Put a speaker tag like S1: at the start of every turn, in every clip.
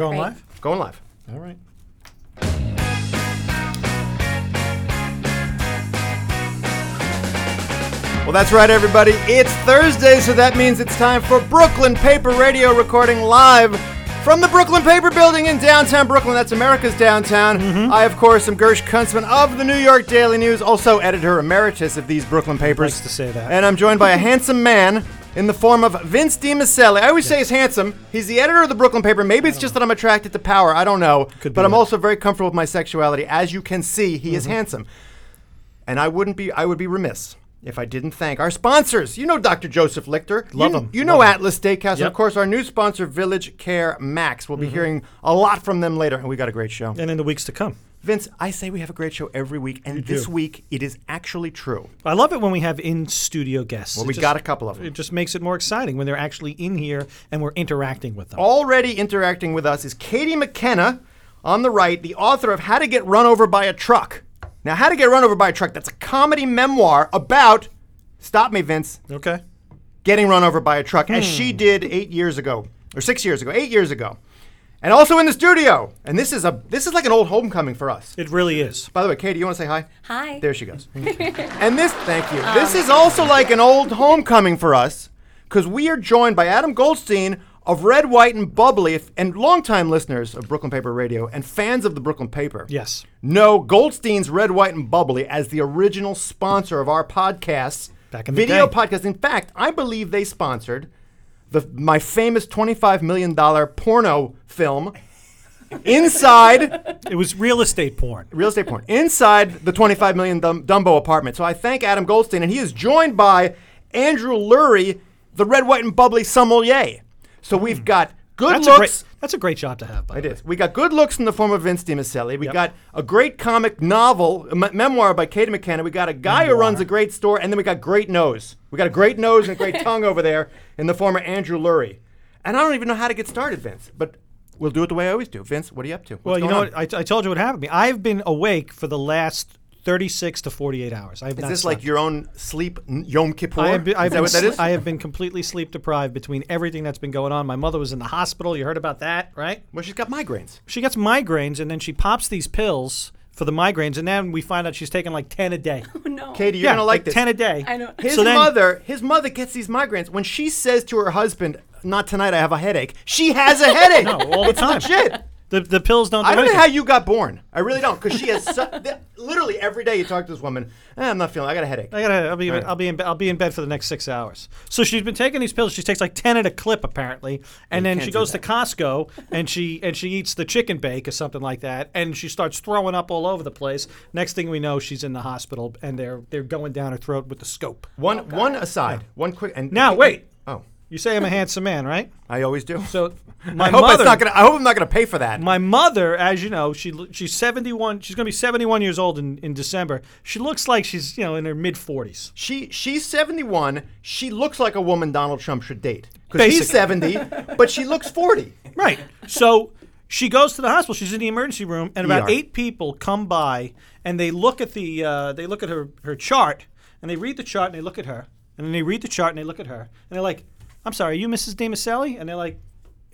S1: Going
S2: Right.
S1: live?
S3: Going live.
S1: All right.
S3: Well, that's right, everybody. It's Thursday, so that means it's time for Brooklyn Paper Radio recording live from the Brooklyn Paper Building in downtown Brooklyn. That's America's downtown.
S1: Mm-hmm.
S3: I, of course, am Gersh Kuntzman of the New York Daily News, also editor emeritus of these Brooklyn papers.
S1: Likes to say that.
S3: And I'm joined by a handsome man in the form of Vince DiMaselli. I always say he's handsome. He's the editor of the Brooklyn Paper. Maybe it's just that I'm attracted to power. I don't know.
S1: Could be
S3: but I'm
S1: that. Mm-hmm.
S3: also very comfortable with my sexuality. As you can see, he is handsome. And I wouldn't be I would be remiss if I didn't thank our sponsors. You know Dr. Joseph Lichter.
S1: Love
S3: you,
S1: him.
S3: You know
S1: Love him.
S3: Atlas Steakhouse
S1: Yep.
S3: and
S1: Mm-hmm.
S3: of course our new sponsor Village Care Max. We'll be hearing a lot from them later and we got a great show.
S1: And in the weeks to come.
S3: Vince, I say we have a great show every week and
S1: do.
S3: this week it is actually true.
S1: I love it when we have in studio guests.
S3: Well,
S1: It
S3: we
S1: just-
S3: got a couple of them.
S1: It just makes it more exciting when they're actually in here and we're interacting with them.
S3: already interacting with us is Katie McKenna on the right, the author of How to Get Run Over by a Truck. Now, How to Get Run Over by a Truck, that's a comedy memoir about, stop me, Vince,
S1: Okay.
S3: getting run over by a truck, as she did eight years ago, or six years ago, eight years ago. And also in the studio. And this is a this is like an old homecoming for us.
S1: It really is.
S3: By the way, Katie, you want to say hi?
S2: Hi.
S3: There she goes. and this, thank you. This is also like an old homecoming for us because we are joined by Adam Goldstein of Red, White, and Bubbly if, and longtime listeners of Brooklyn Paper Radio and fans of the Brooklyn Paper.
S1: Yes.
S3: Know Goldstein's Red, White, and Bubbly as the original sponsor of our podcasts.
S1: Back in the
S3: video
S1: day.
S3: podcast. In fact, I believe they sponsored the my famous $25 million porno film, Inside
S1: It was real estate porn.
S3: real estate porn inside the 25 million Dum- Dumbo apartment. So I thank Adam Goldstein, and he is joined by Andrew Lurie, the red, white, and bubbly sommelier. So we've got good
S1: Hmm. That's a,
S3: looks.
S1: great, that's a great job to have, by
S3: It
S1: the way.
S3: is. We got good looks in the form of Vince DiMaselli. We
S1: Yep.
S3: got a great comic novel, a me- memoir by Katie McKenna. We got a guy who runs a great store, and then we got great nose. We got a great nose and a great tongue over there in the form of Andrew Lurie. And I don't even know how to get started, Vince, but we'll do it the way I always do. Vince, what are you up to? What's
S1: Well, you
S3: going
S1: know
S3: on?
S1: what? I, I told you what happened to me. I've been awake for the last 36 to 48 hours. I have
S3: Is
S1: not
S3: this
S1: slept.
S3: like your own sleep n- Yom Kippur?
S1: I have been,
S3: is
S1: I've
S3: that
S1: been
S3: what that
S1: sle-
S3: is?
S1: I have been completely sleep deprived between everything that's been going on. My mother was in the hospital. You heard about that, right?
S3: well, she's got migraines.
S1: She gets migraines and then she pops these pills for the migraines, and then we find out she's taking like 10 a day.
S2: no.
S3: Katie, you're
S1: yeah,
S3: gonna like, this.
S1: ten a day.
S2: I know.
S3: His
S1: so then,
S3: mother, his mother gets these migraines when she says to her husband, "Not tonight, I have a headache." She has a headache.
S1: no, all the time.
S3: Shit.
S1: The, the pills don't. Do
S3: I don't know
S1: anything.
S3: how you got born. I really don't, because she has su- th- literally every day you talk to this woman. "Eh, I'm not feeling. I got a headache.
S1: I gotta. I'll be. I'll be in. be- I'll be in bed for the next six hours. So she's been taking these pills. She takes like ten at a clip, apparently, and then
S3: can't
S1: she
S3: do
S1: goes to
S3: that.
S1: Costco and she and she eats the chicken bake or something like that, and she starts throwing up all over the place. Next thing we know, she's in the hospital, and they're they're going down her throat with the scope.
S3: One, one aside. One quick. And
S1: Now wait,
S3: Oh,
S1: you say I'm a handsome man, right?
S3: I always do.
S1: So my
S3: I hope
S1: mother.
S3: it's not gonna. I hope I'm not gonna pay for that.
S1: my mother, as you know, she lo- she's 71. She's going to be 71 years old in, in December. She looks like she's you know in her mid 40s.
S3: She she's 71. She looks like a woman Donald Trump should date. Because he's
S1: Basically.
S3: 70, but she looks 40.
S1: Right. So she goes to the hospital. She's in the emergency room, and about
S3: ER.
S1: eight people come by, and they look at the uh, they look at her her chart, and they read the chart, and they look at her, and then they read the chart, and they look at her, and they're like, "I'm sorry, are you Mrs. Damaselli?" And they're like,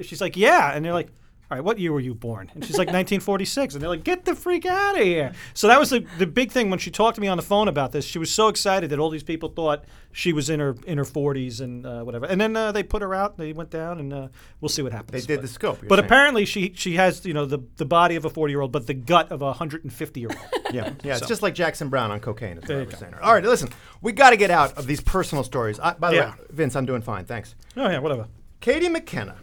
S1: "She's like, yeah," and they're like. All right, what year were you born? And she's like 1946, and they're like, "Get the freak out of here!" So that was the, the big thing when she talked to me on the phone about this. She was so excited that all these people thought she was in her in her 40s and uh, whatever. And then uh, they put her out. They went down, and uh, we'll see what happens.
S3: They did
S1: But-
S3: the scope. you're
S1: but
S3: saying.
S1: apparently she she has you know the, the body of a 40 year old but the gut of a 150 year old.
S3: Yeah, yeah, it's
S1: So-
S3: just like Jackson Brown on cocaine. Is what I
S1: you
S3: was
S1: go.
S3: saying. All right, listen, we got to get out of these personal stories. I, by the
S1: Yeah.
S3: way, Vince, I'm doing fine, thanks.
S1: oh yeah, whatever.
S3: Katie McKenna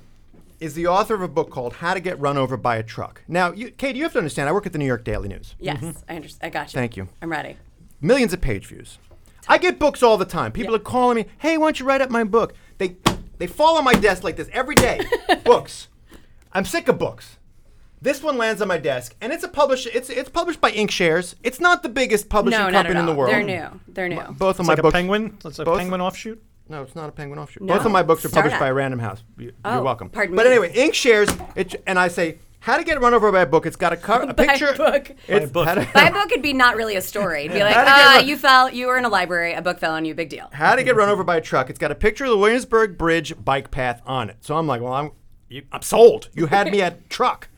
S3: is the author of a book called "How to Get Run Over by a Truck." Now, you, Katie, you have to understand. I work at the New York Daily News.
S2: Yes, I understand. I got you.
S3: Mm-hmm. Thank you.
S2: I'm ready.
S3: millions of page views. I get books all the time. People
S2: Yeah.
S3: are calling me, "Hey, why don't you write up my book?" They they fall on my desk like this every day. books. I'm sick of books. This one lands on my desk, and it's a publish. It's it's published by Inkshares. It's not the biggest publishing
S2: No, not
S3: company
S2: at all.
S3: in the world.
S2: They're new. They're new.
S3: Both of
S1: It's
S3: my
S1: like
S3: books.
S1: a penguin. It's a
S3: both-
S1: penguin offshoot.
S3: No, it's not a Penguin offshoot.
S2: No.
S3: Both of my books are
S2: Start
S3: published
S2: up.
S3: by Random House. You,
S2: Oh,
S3: are welcome.
S2: pardon
S3: but
S2: me.
S3: anyway, Inkshares. It, and I say, how to get run over by a book. It's got a, co- a
S2: By a
S3: picture.
S2: book.
S1: By a
S3: It's
S1: book.
S3: How to,
S2: My book would be not really a story. It'd be like,
S3: How'd it get
S2: ah,
S3: ru-
S2: you fell, you were in a library, a book fell on you, big deal.
S3: How to get run over by a truck. It's got a picture of the Williamsburg Bridge bike path on it. So I'm like, well, I'm you, I'm sold. You had me at truck.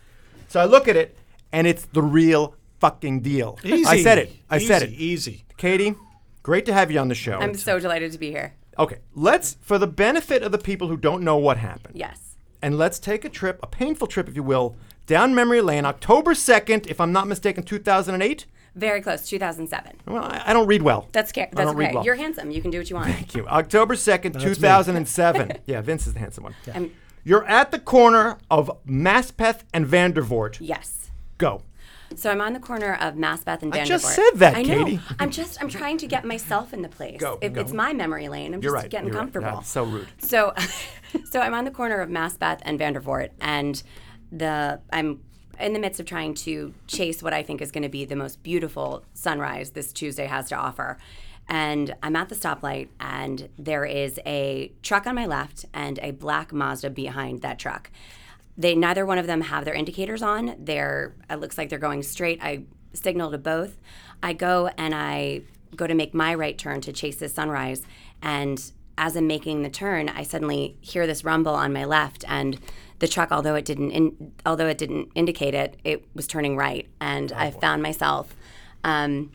S3: So I look at it, and it's the real fucking deal.
S1: Easy.
S3: I said it. I said
S1: Easy,
S3: it.
S1: Easy.
S3: Katie, great to have you on the show.
S2: I'm so delighted to be here.
S3: okay, let's, for the benefit of the people who don't know what happened,
S2: Yes.
S3: and let's take a trip, a painful trip, if you will, down memory lane, October 2nd, if I'm not mistaken, 2008.
S2: Very close, 2007.
S3: Well, I, I don't read well.
S2: That's, ca-
S3: I
S2: that's
S3: don't read
S2: okay.
S3: well.
S2: You're handsome. You can do what you want.
S3: Thank you. October 2nd, 2007. yeah, Vince is the handsome one.
S2: I'm-
S3: You're at the corner of Maspeth and Vandervoort.
S2: Yes.
S3: Go.
S2: So I'm on the corner of Massbeth and Vanderbilt.
S3: I just said that,
S2: I know.
S3: Katie.
S2: I'm just I'm trying to get myself in the place.
S3: Go,
S2: It-
S3: go.
S2: It's my memory lane. I'm
S3: You're
S2: just
S3: right,
S2: getting
S3: you're right.
S2: comfortable.
S3: That's so rude.
S2: So so I'm on the corner of Massbeth and Vandervoort and the I'm in the midst of trying to chase what I think is going to be the most beautiful sunrise this Tuesday has to offer. And I'm at the stoplight, and there is a truck on my left and a black Mazda behind that truck they neither one of them have their indicators on. They're it looks like they're going straight. I signal to both. I go and I go to make my right turn to chase this sunrise and as I'm making the turn, I suddenly hear this rumble on my left and the truck although it didn't in, although it didn't indicate it, it was turning right and I found myself um,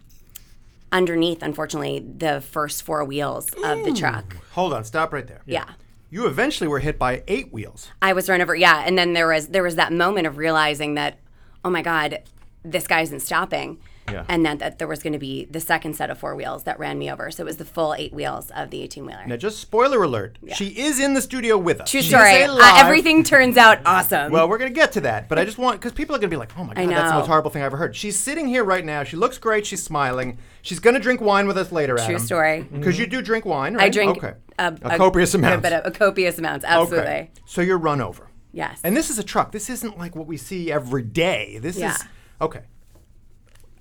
S2: underneath unfortunately the first four wheels of the truck.
S3: Hold on, stop right there.
S2: yeah.
S3: You eventually were hit by eight wheels.
S2: I was run over. Yeah, and then there was there was that moment of realizing that, oh my God, this guy isn't stopping.
S3: Yeah.
S2: And then that there was going to be the second set of four wheels that ran me over. So it was the full eight wheels of the eighteen wheeler.
S3: Now, just spoiler alert, she is in the studio with us.
S2: True
S3: She's
S2: story. Uh,
S3: alive.
S2: everything turns out awesome.
S3: Well, we're going to get to that, but I just want, because people are going to be like, oh my God, that's the
S2: know.
S3: most horrible thing I ever heard. She's sitting here right now. She looks great. She's smiling. She's going to drink wine with us later, Adam.
S2: True story.
S3: Because you do drink wine, right?
S2: I drink
S3: okay.
S2: a,
S3: a, copious amount.
S2: But a, a copious amount, absolutely.
S3: Okay. So you're run over.
S2: Yes.
S3: And this is a truck. This isn't like what we see every day. This
S2: Yeah.
S3: is okay.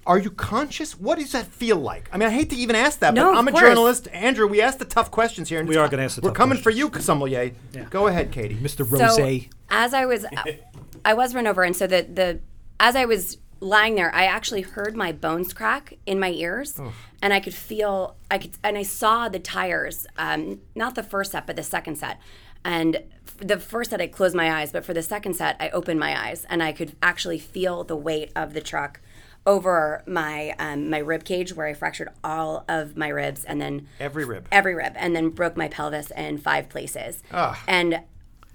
S3: Are you conscious? What does that feel like? I mean, I hate to even ask that,
S2: No,
S3: but
S2: of
S3: I'm a
S2: course.
S3: journalist. Andrew, we ask the tough questions here. And
S1: We
S3: it's-
S1: are gonna ask the
S3: We're
S1: tough
S3: coming for you, sommelier. Go ahead, Katie.
S1: Mr.
S2: So
S1: Rose.
S2: as I was, I was run over, and so the the as I was lying there, I actually heard my bones crack in my ears, and I could feel I could and I saw the tires, um, not the first set, but the second set, and f- the first set I closed my eyes, but for the second set I opened my eyes, and I could actually feel the weight of the truck over my um, my rib cage where I fractured all of my ribs, and then
S3: Every rib.
S2: every rib and then broke my pelvis in five places and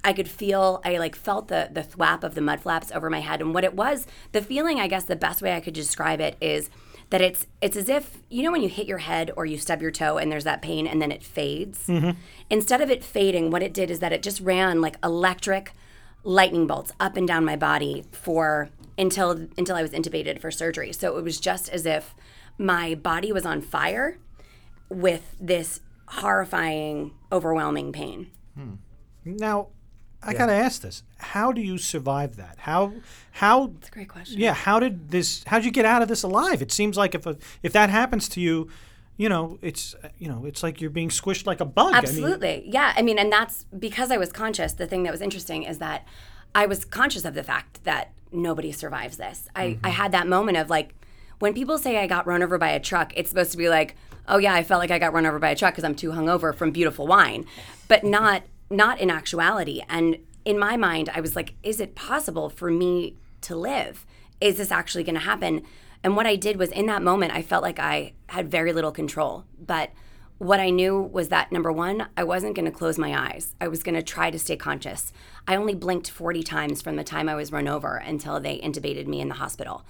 S2: i could feel i like felt the the thwap of the mud flaps over my head and what it was the feeling i guess the best way i could describe it is that it's it's as if you know when you hit your head or you stub your toe and there's that pain and then it fades instead of it fading what it did is that it just ran like electric lightning bolts up and down my body for until until i was intubated for surgery so it was just as if my body was on fire with this horrifying, overwhelming pain.
S1: Now, I gotta ask this: How do you survive that? How how
S2: Great question.
S1: yeah? How did this? How would you get out of this alive? It seems like if a, if that happens to you, you know, it's uh, you know, it's like you're being squished like a bug. I mean,
S2: Absolutely. yeah. I mean, and that's because I was conscious. The thing that was interesting is that I was conscious of the fact that nobody survives this. I,
S1: Mm-hmm.
S2: I had that moment of like, when people say I got run over by a truck, it's supposed to be like, oh yeah, I felt like I got run over by a truck because I'm too hungover from beautiful wine, but not not in actuality. And in my mind, I was like, is it possible for me to live? Is this actually going to happen? And what I did was in that moment, I felt like I had very little control, but what I knew was that number one, I wasn't going to close my eyes. I was going to try to stay conscious. I only blinked 40 times from the time I was run over until they intubated me in the hospital.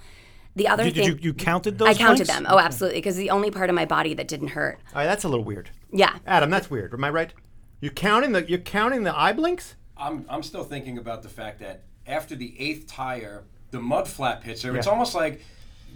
S2: The other
S1: did,
S2: thing,
S1: you you counted those?
S2: I counted
S1: blinks?
S2: them. Oh, absolutely. Because the only part of my body that didn't hurt.
S3: All right, that's a little weird.
S2: Yeah.
S3: Adam, that's weird. Am I right? You're counting the you're counting the eye blinks.
S4: I'm I'm still thinking about the fact that after the eighth tire, the mud flap hits her. It's
S3: Yeah.
S4: almost like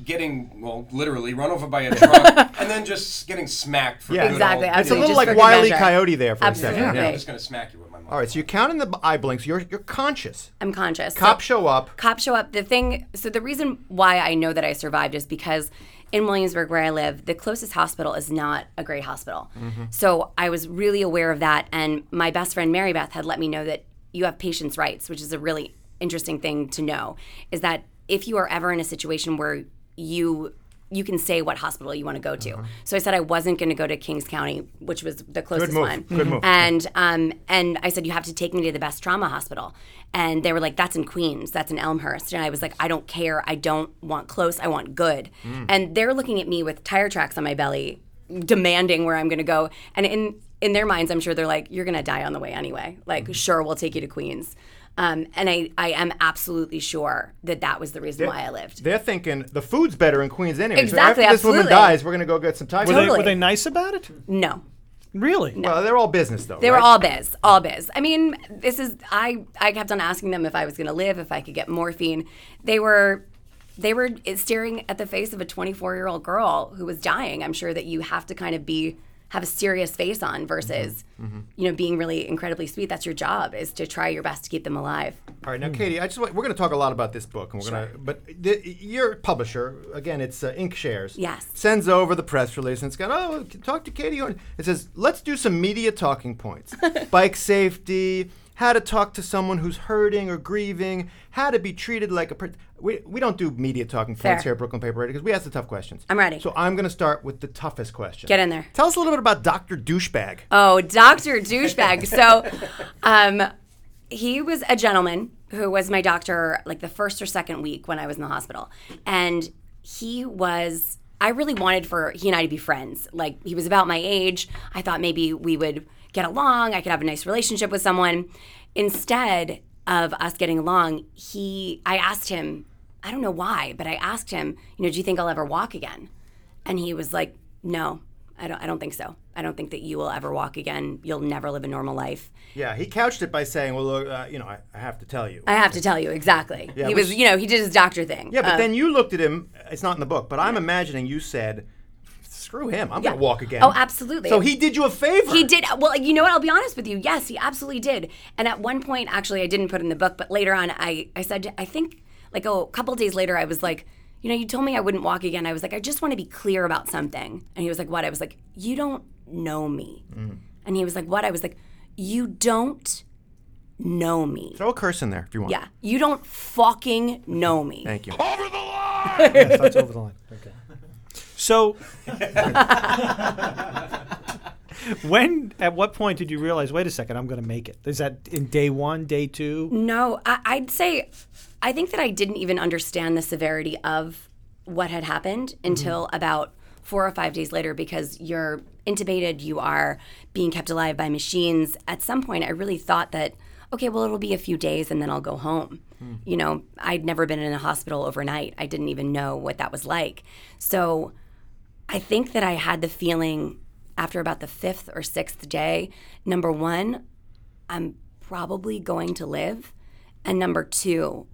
S4: getting well, literally run over by a truck and then just getting smacked for
S3: Yeah.
S4: good
S2: Exactly.
S4: old-
S3: It's a
S2: Absolutely.
S3: little
S2: Just
S3: like
S2: for good
S3: Wiley
S2: measure.
S3: Coyote there for
S2: Absolutely.
S3: a second.
S4: Yeah,
S2: Right.
S4: I'm just gonna smack you with my mud.
S3: All right, so you're counting the b- eye blinks. You're you're conscious.
S2: I'm conscious.
S3: Cops
S2: So-
S3: show up.
S2: cops show up. The thing, so the reason why I know that I survived is because in Williamsburg, where I live, the closest hospital is not a great hospital.
S3: Mm-hmm.
S2: So I was really aware of that. And my best friend, Mary Beth, had let me know that you have patients' rights, which is a really interesting thing to know, is that if you are ever in a situation where you you can say what hospital you want to go to. So I said I wasn't going to go to Kings County, which was the closest
S3: move.
S2: one.
S3: Mm-hmm. Good move.
S2: Mm-hmm. And um, and I said you have to take me to the best trauma hospital. And they were like, "That's in Queens. That's in Elmhurst." And I was like, "I don't care. I don't want close. I want good."
S3: Mm.
S2: And they're looking at me with tire tracks on my belly, demanding where I'm going to go. And in in their minds, I'm sure they're like, "You're going to die on the way anyway. Like,
S3: Mm-hmm.
S2: sure, we'll take you to Queens." Um, and I, I am absolutely sure that that was the reason why I lived.
S3: They're thinking the food's better in Queens anyway.
S2: Exactly,
S3: so after this woman
S2: absolutely.
S3: dies, we're gonna go get some Thai
S1: Were,
S3: food.
S1: they, were
S2: Totally.
S1: they nice about it?
S2: No,
S1: Really?
S3: Well, they're all business though.
S2: They
S3: right?
S2: were all biz, all biz. I mean, this is I. I kept on asking them if I was going to live, if I could get morphine. They were, they were staring at the face of a 24 year old girl who was dying. I'm sure that you have to kind of be have a serious face on versus, you know, being really incredibly sweet. That's your job is to try your best to keep them alive.
S3: All right, now Katie, I just want- we're going to talk a lot about this book, and we're going to. But the, your publisher, again, it's uh, Ink Shares.
S2: Yes.
S3: Sends over the press release, and it's got oh, talk to Katie. Orton." It says, let's do some media talking points: bike safety, how to talk to someone who's hurting or grieving, how to be treated like a. Per- we, we don't do media talking points
S2: Fair.
S3: here at Brooklyn Paper Radio because we ask the tough questions.
S2: I'm ready.
S3: So I'm going to start with the toughest question.
S2: Get in there.
S3: Tell us a little bit about Doctor Douchebag.
S2: Oh, Dr. Douchebag. So, um, he was a gentleman who was my doctor like the first or second week when I was in the hospital. And he was, I really wanted for he and I to be friends. Like, he was about my age. I thought maybe we would get along, I could have a nice relationship with someone. Instead of us getting along, he, I asked him, I don't know why, but I asked him, you know, do you think I'll ever walk again? And he was like, "No, I don't. I don't think so. I don't think that you will ever walk again. You'll never live a normal life."
S3: yeah, he couched it by saying, well, look, uh, you know, I, I have to tell you.
S2: I have to tell you exactly. he was,
S3: which-
S2: you know, he did his doctor thing. Uh,
S3: Yeah, but then you looked at him. It's not in the book, but I'm imagining you said, "Screw him! I'm gonna walk again."
S2: Oh, absolutely.
S3: So he did you a favor.
S2: He did. Well, you know what? I'll be honest with you. Yes, he absolutely did. And at one point, actually, I didn't put in the book, but later on, I, I said, I think like oh, a couple days later, I was like, you know, you told me I wouldn't walk again. I was like, I just want to be clear about something. And he was like, what? I was like, you don't know me.
S3: Mm.
S2: And he was like, what? I was like, you don't know me.
S3: Throw a curse in there if you want.
S2: Yeah. You don't fucking know me.
S3: Thank you.
S1: That's over the line. Okay. So, when at what point did you realize? Wait a second, I'm going to make it. Is that in day one, day
S3: Mm-hmm.
S1: two?
S2: No, I, I'd say I think that I didn't even understand the severity of what had happened until about four or five days later because you're intubated, you are being kept alive by machines. At some point, I really thought that, okay, well, it'll be a few days and then I'll go home. You know, I'd never been in a hospital overnight, I didn't even know what that was like. So, I think that I had the feeling after about the fifth or sixth day number one, I'm probably going to live. And number two,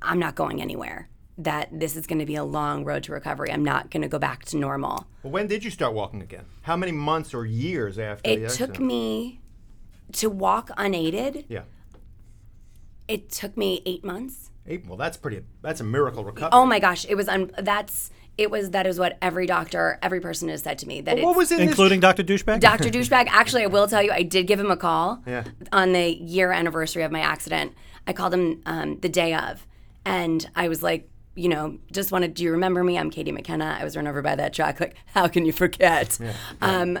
S2: I'm not going anywhere. That this is going to be a long road to recovery. I'm not going to go back to normal.
S3: Well, when did you start walking again? How many months or years after? the
S2: It took
S3: accident?
S2: me to walk unaided,
S3: Yeah.
S2: it took me eight months.
S3: Eight, well, that's pretty. That's a miracle recovery.
S2: Oh my gosh, it was, un- that's, it was, that is what every doctor, every person has said to me. That it's,
S3: what was in
S1: Including Dr. Douchebag?
S2: Dr. Douchebag, actually, I will tell you, I did give him a call
S3: Yeah.
S2: on the year anniversary of my accident. I called him um, the day of, and I was like, you know, just wanted, do you remember me? I'm Katie McKenna. I was run over by that truck. Like, how can you forget? Um,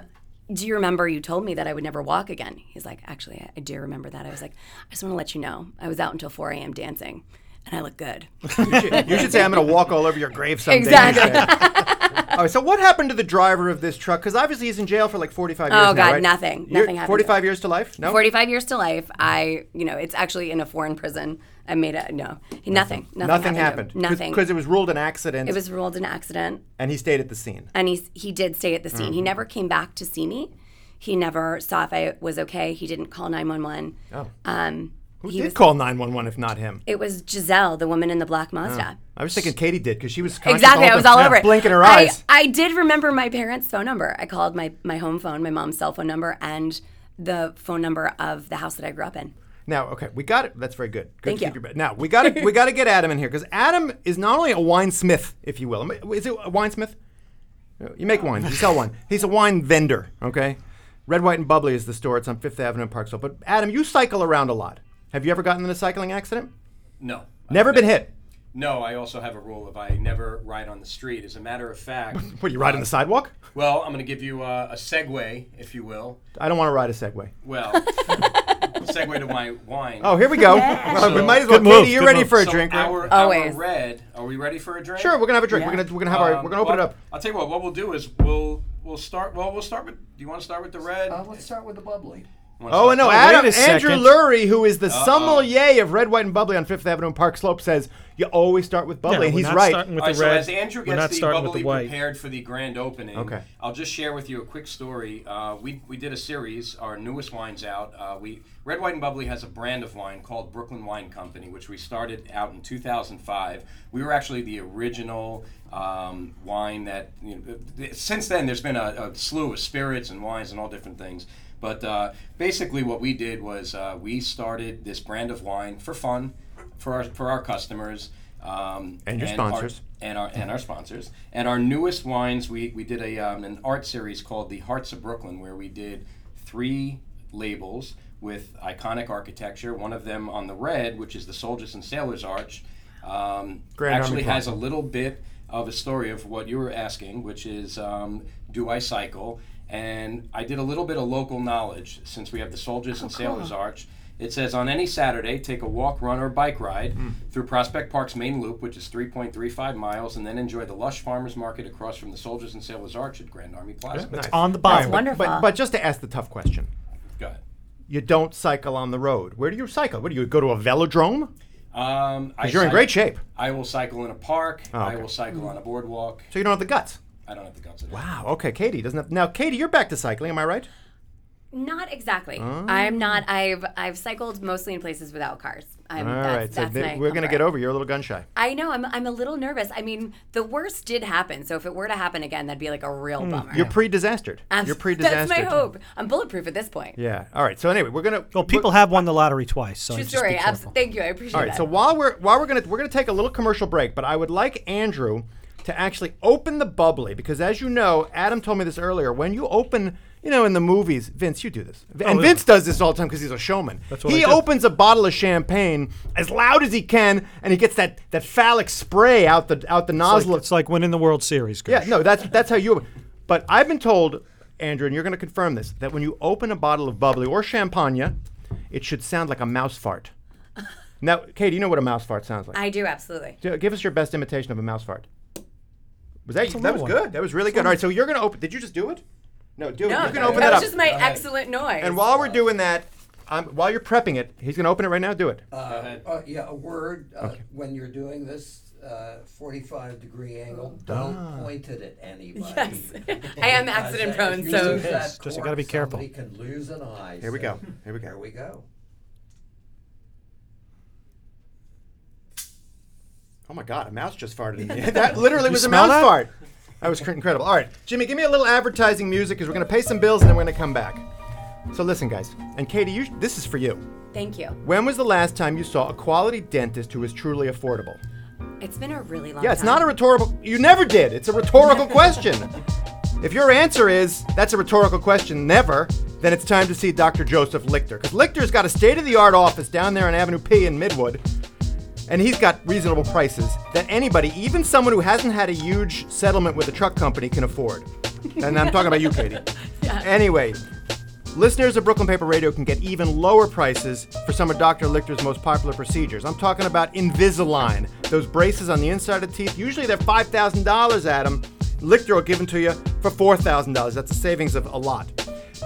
S2: do you remember you told me that I would never walk again? He's like, actually, I, I do remember that. I was like, I just want to let you know, I was out until 4 a.m. dancing, and I look good.
S3: this? You should, you should say, "I'm going to walk all over your grave someday."
S2: Exactly.
S3: Douchebag. all right. So what happened to the driver of this truck? Because obviously he's in jail for like 45 years.
S2: Oh,
S3: now,
S2: God,
S3: right?
S2: nothing.
S3: You're-
S2: Nothing happened to
S3: 45 years to life. No.
S2: 45 years to life. I, you know, it's actually in a foreign prison. I made a no, nothing, nothing,
S3: Nothing
S2: to
S3: happened.
S2: him. Nothing.
S3: Because it was ruled an accident,
S2: It was ruled an accident,
S3: and he stayed at the scene.
S2: and he he did stay at the scene.
S3: Mm-hmm.
S2: He never came back to see me. He never saw if I was okay. He didn't call nine one one.
S3: Oh.
S2: Um,
S3: Who
S2: he
S3: did
S2: was-
S3: call 911 if not him?
S2: it was Giselle, the woman in the
S3: Oh.
S2: black Mazda.
S3: I was thinking Katie did because she was conscious
S2: Exactly,
S3: the
S2: I
S3: whole
S2: was
S3: time.
S2: all
S3: Yeah,
S2: over it.
S3: blinking her
S2: I-
S3: eyes.
S2: I did remember my parents' phone number. I called my my home phone, my mom's cell phone number, and the phone number of the house that I grew up in.
S3: Now, okay, we got it. That's very good. Good
S2: Thank
S3: to
S2: you.
S3: keep your bet. Now we got to we got to get Adam in here because Adam is not only a winesmith, if you will. Am I- Is it a winesmith? You make wine. You sell wine. He's a wine vendor. Okay, Red, White, and Bubbly is the store. It's on Fifth Avenue in Parksville. But Adam, you cycle around a lot. Have you ever gotten in a cycling accident?
S4: No.
S3: Never been hit.
S4: No, I also have a rule of I never ride on the street. As a matter of fact,
S3: What, you ride on the sidewalk?
S4: well, I'm going to give you uh, a segue, if you will.
S3: I don't want to ride a Segway.
S4: Well, segue to my wine.
S3: Oh, here we go. Uh, we might as well.
S1: Good move,
S3: Katie, you're
S1: good
S3: ready
S1: move.
S3: for a
S4: So
S3: drink, right?
S4: Our,
S2: Always.
S4: our red. Are we ready for a drink?
S3: Sure, we're gonna have a drink. We're
S2: Yeah.
S3: gonna we're gonna have our we're gonna
S1: Um,
S3: open it up.
S4: Um, I'll tell you what. What we'll do is we'll we'll start. Well, we'll start with. Do you want to start with the red?
S5: let's start with the bubbly.
S3: Oh, and no,
S1: wait
S3: Adam,
S1: a second.
S3: Andrew Lurie, who is the sommelier of Red, White, and Bubbly on Fifth Avenue and Park Slope, says you always start with bubbly, and
S1: we're
S3: he's
S1: not
S3: right.
S1: starting with
S4: All
S1: the
S4: right,
S1: red.
S4: so as Andrew
S1: we're not
S4: gets the
S1: starting with
S4: bubbly
S1: the white.
S4: prepared for the grand opening,
S3: Okay.
S4: I'll just share with you a quick story. Uh, we, we did a series, our newest wine's out. Uh, we Red, White, and Bubbly has a brand of wine called Brooklyn Wine Company, which we started out in 2005. We were actually the original um, wine that, you know, th- th- since then, there's been a, a slew of spirits and wines and all different things. But uh, basically, what we did was uh, we started this brand of wine for fun, for our, for our customers. Um,
S3: And your
S4: our-
S3: sponsors.
S4: and our and our sponsors and our newest wines we we did a um, an art series called the hearts of brooklyn where we did three labels with iconic architecture one of them on the red which is the soldiers and sailors arch um,
S3: Grand Army
S4: actually
S3: Club.
S4: has a little bit of a story of what you were asking which is um, do i cycle and i did a little bit of local knowledge since we have the soldiers
S3: Oh,
S4: and sailors arch it says on any Saturday, take a walk, run, or bike ride
S3: Hmm.
S4: through Prospect Park's main loop, which is 3.35 miles, and then enjoy the lush farmers market across from the Soldiers and Sailors Arch at Grand Army Plaza.
S3: Nice.
S1: on the bottom.
S3: But-
S2: wonderful.
S3: But, but just to ask the tough question,
S4: Go ahead.
S3: you don't cycle on the road. Where do you cycle? What do you go to a velodrome?
S4: Um, I
S3: Because you're in
S4: cyc-
S3: great shape, Oh,
S4: I will cycle in a park. I
S3: okay.
S4: will cycle on a boardwalk.
S3: so you don't have the guts.
S4: I don't have the guts. Wow.
S3: Wow. Okay, Katie doesn't have. Now, Katie, you're back to cycling. Am I right?
S2: Not exactly.
S3: Oh.
S2: I'm not. I've I've cycled mostly in places without cars. I'm,
S3: All right.
S2: that's,
S3: so
S2: that's
S3: th-
S2: my
S3: we're gonna
S2: comfort.
S3: get over. You're a little gun shy.
S2: I know. I'm, I'm a little nervous. I mean, the worst did happen. So if it were to happen again, that'd be like a real bummer.
S3: Hmm, You're pre-disastered.
S2: I'm-
S3: you're pre-disastered.
S2: That's my hope. I'm bulletproof at this point.
S3: Yeah. All right. So anyway, we're gonna.
S1: Well, people have won the lottery twice, so
S2: True
S1: just be
S2: story. Abs-
S1: careful.
S2: thank you. I appreciate
S3: All right.
S2: that.
S3: So while we're while we're gonna we're gonna take a little commercial break, but I would like Andrew to actually open the bubbly because, as you know, Adam told me this earlier. When you open, you know, in the movies, Vince, you do this, and
S1: Oh, yeah.
S3: Vince does this all the time because he's a showman. That's
S1: what
S3: he
S1: I do.
S3: opens a bottle of champagne as loud as he can, and he gets that that phallic spray out the out the
S1: It's
S3: nozzle.
S1: like, it's like winning the World Series. Gersh.
S3: yeah. No, that's that's how you. But I've been told, Andrew, and you're gonna confirm this, that when you open a bottle of bubbly or champagne, it should sound like a mouse fart. Now, Katie, you know what a mouse fart sounds like.
S2: I do absolutely.
S3: Gi- Give us your best imitation of a mouse fart. Was that
S1: a
S3: that was
S1: little one.
S3: good? That was really good. All right, so you're gonna open. Did you just do it? No, do it.
S2: No,
S3: you can
S2: that
S3: open
S2: was
S3: that up.
S2: just my excellent noise.
S3: and while we're doing that, um, while you're prepping it, he's gonna open it right now. Do it.
S5: Uh, uh, yeah, a word uh, when you're doing this uh, 45 degree angle. Don't
S3: Ah.
S5: point it at anybody.
S2: yes, I am accident prone. So
S1: Just- just gotta be careful.
S5: Somebody can lose an eye.
S3: Here we
S5: so
S3: go. Here we go.
S5: Here we go.
S3: Oh my God, a mouse just farted in me. that literally was a
S1: smell
S3: mouse
S1: that?
S3: fart. That was cr- incredible. All right, Jimmy, give me a little advertising music because we're gonna pay some bills and then we're gonna come back. So listen, guys, and Katie, you, this is for you.
S2: thank you.
S3: When was the last time you saw a quality dentist who was truly affordable?
S2: It's been a really long.
S3: Yeah, it's
S2: time.
S3: not a rhetorical. You never did. It's a rhetorical question. If your answer is that's a rhetorical question, never, then it's time to see Dr. Joseph Lichter because Lichter's got a state-of-the-art office down there on Avenue P in Midwood, and he's got reasonable prices that anybody, even someone who hasn't had a huge settlement with a truck company, can afford. And I'm talking about you, Katie. Anyway. Listeners of Brooklyn Paper Radio can get even lower prices for some of Dr. Lichter's most popular procedures. I'm talking about Invisalign, those braces on the inside of teeth. Usually they're $5,000, Adam. Lichter will give them to you for $4,000. That's a savings of a lot.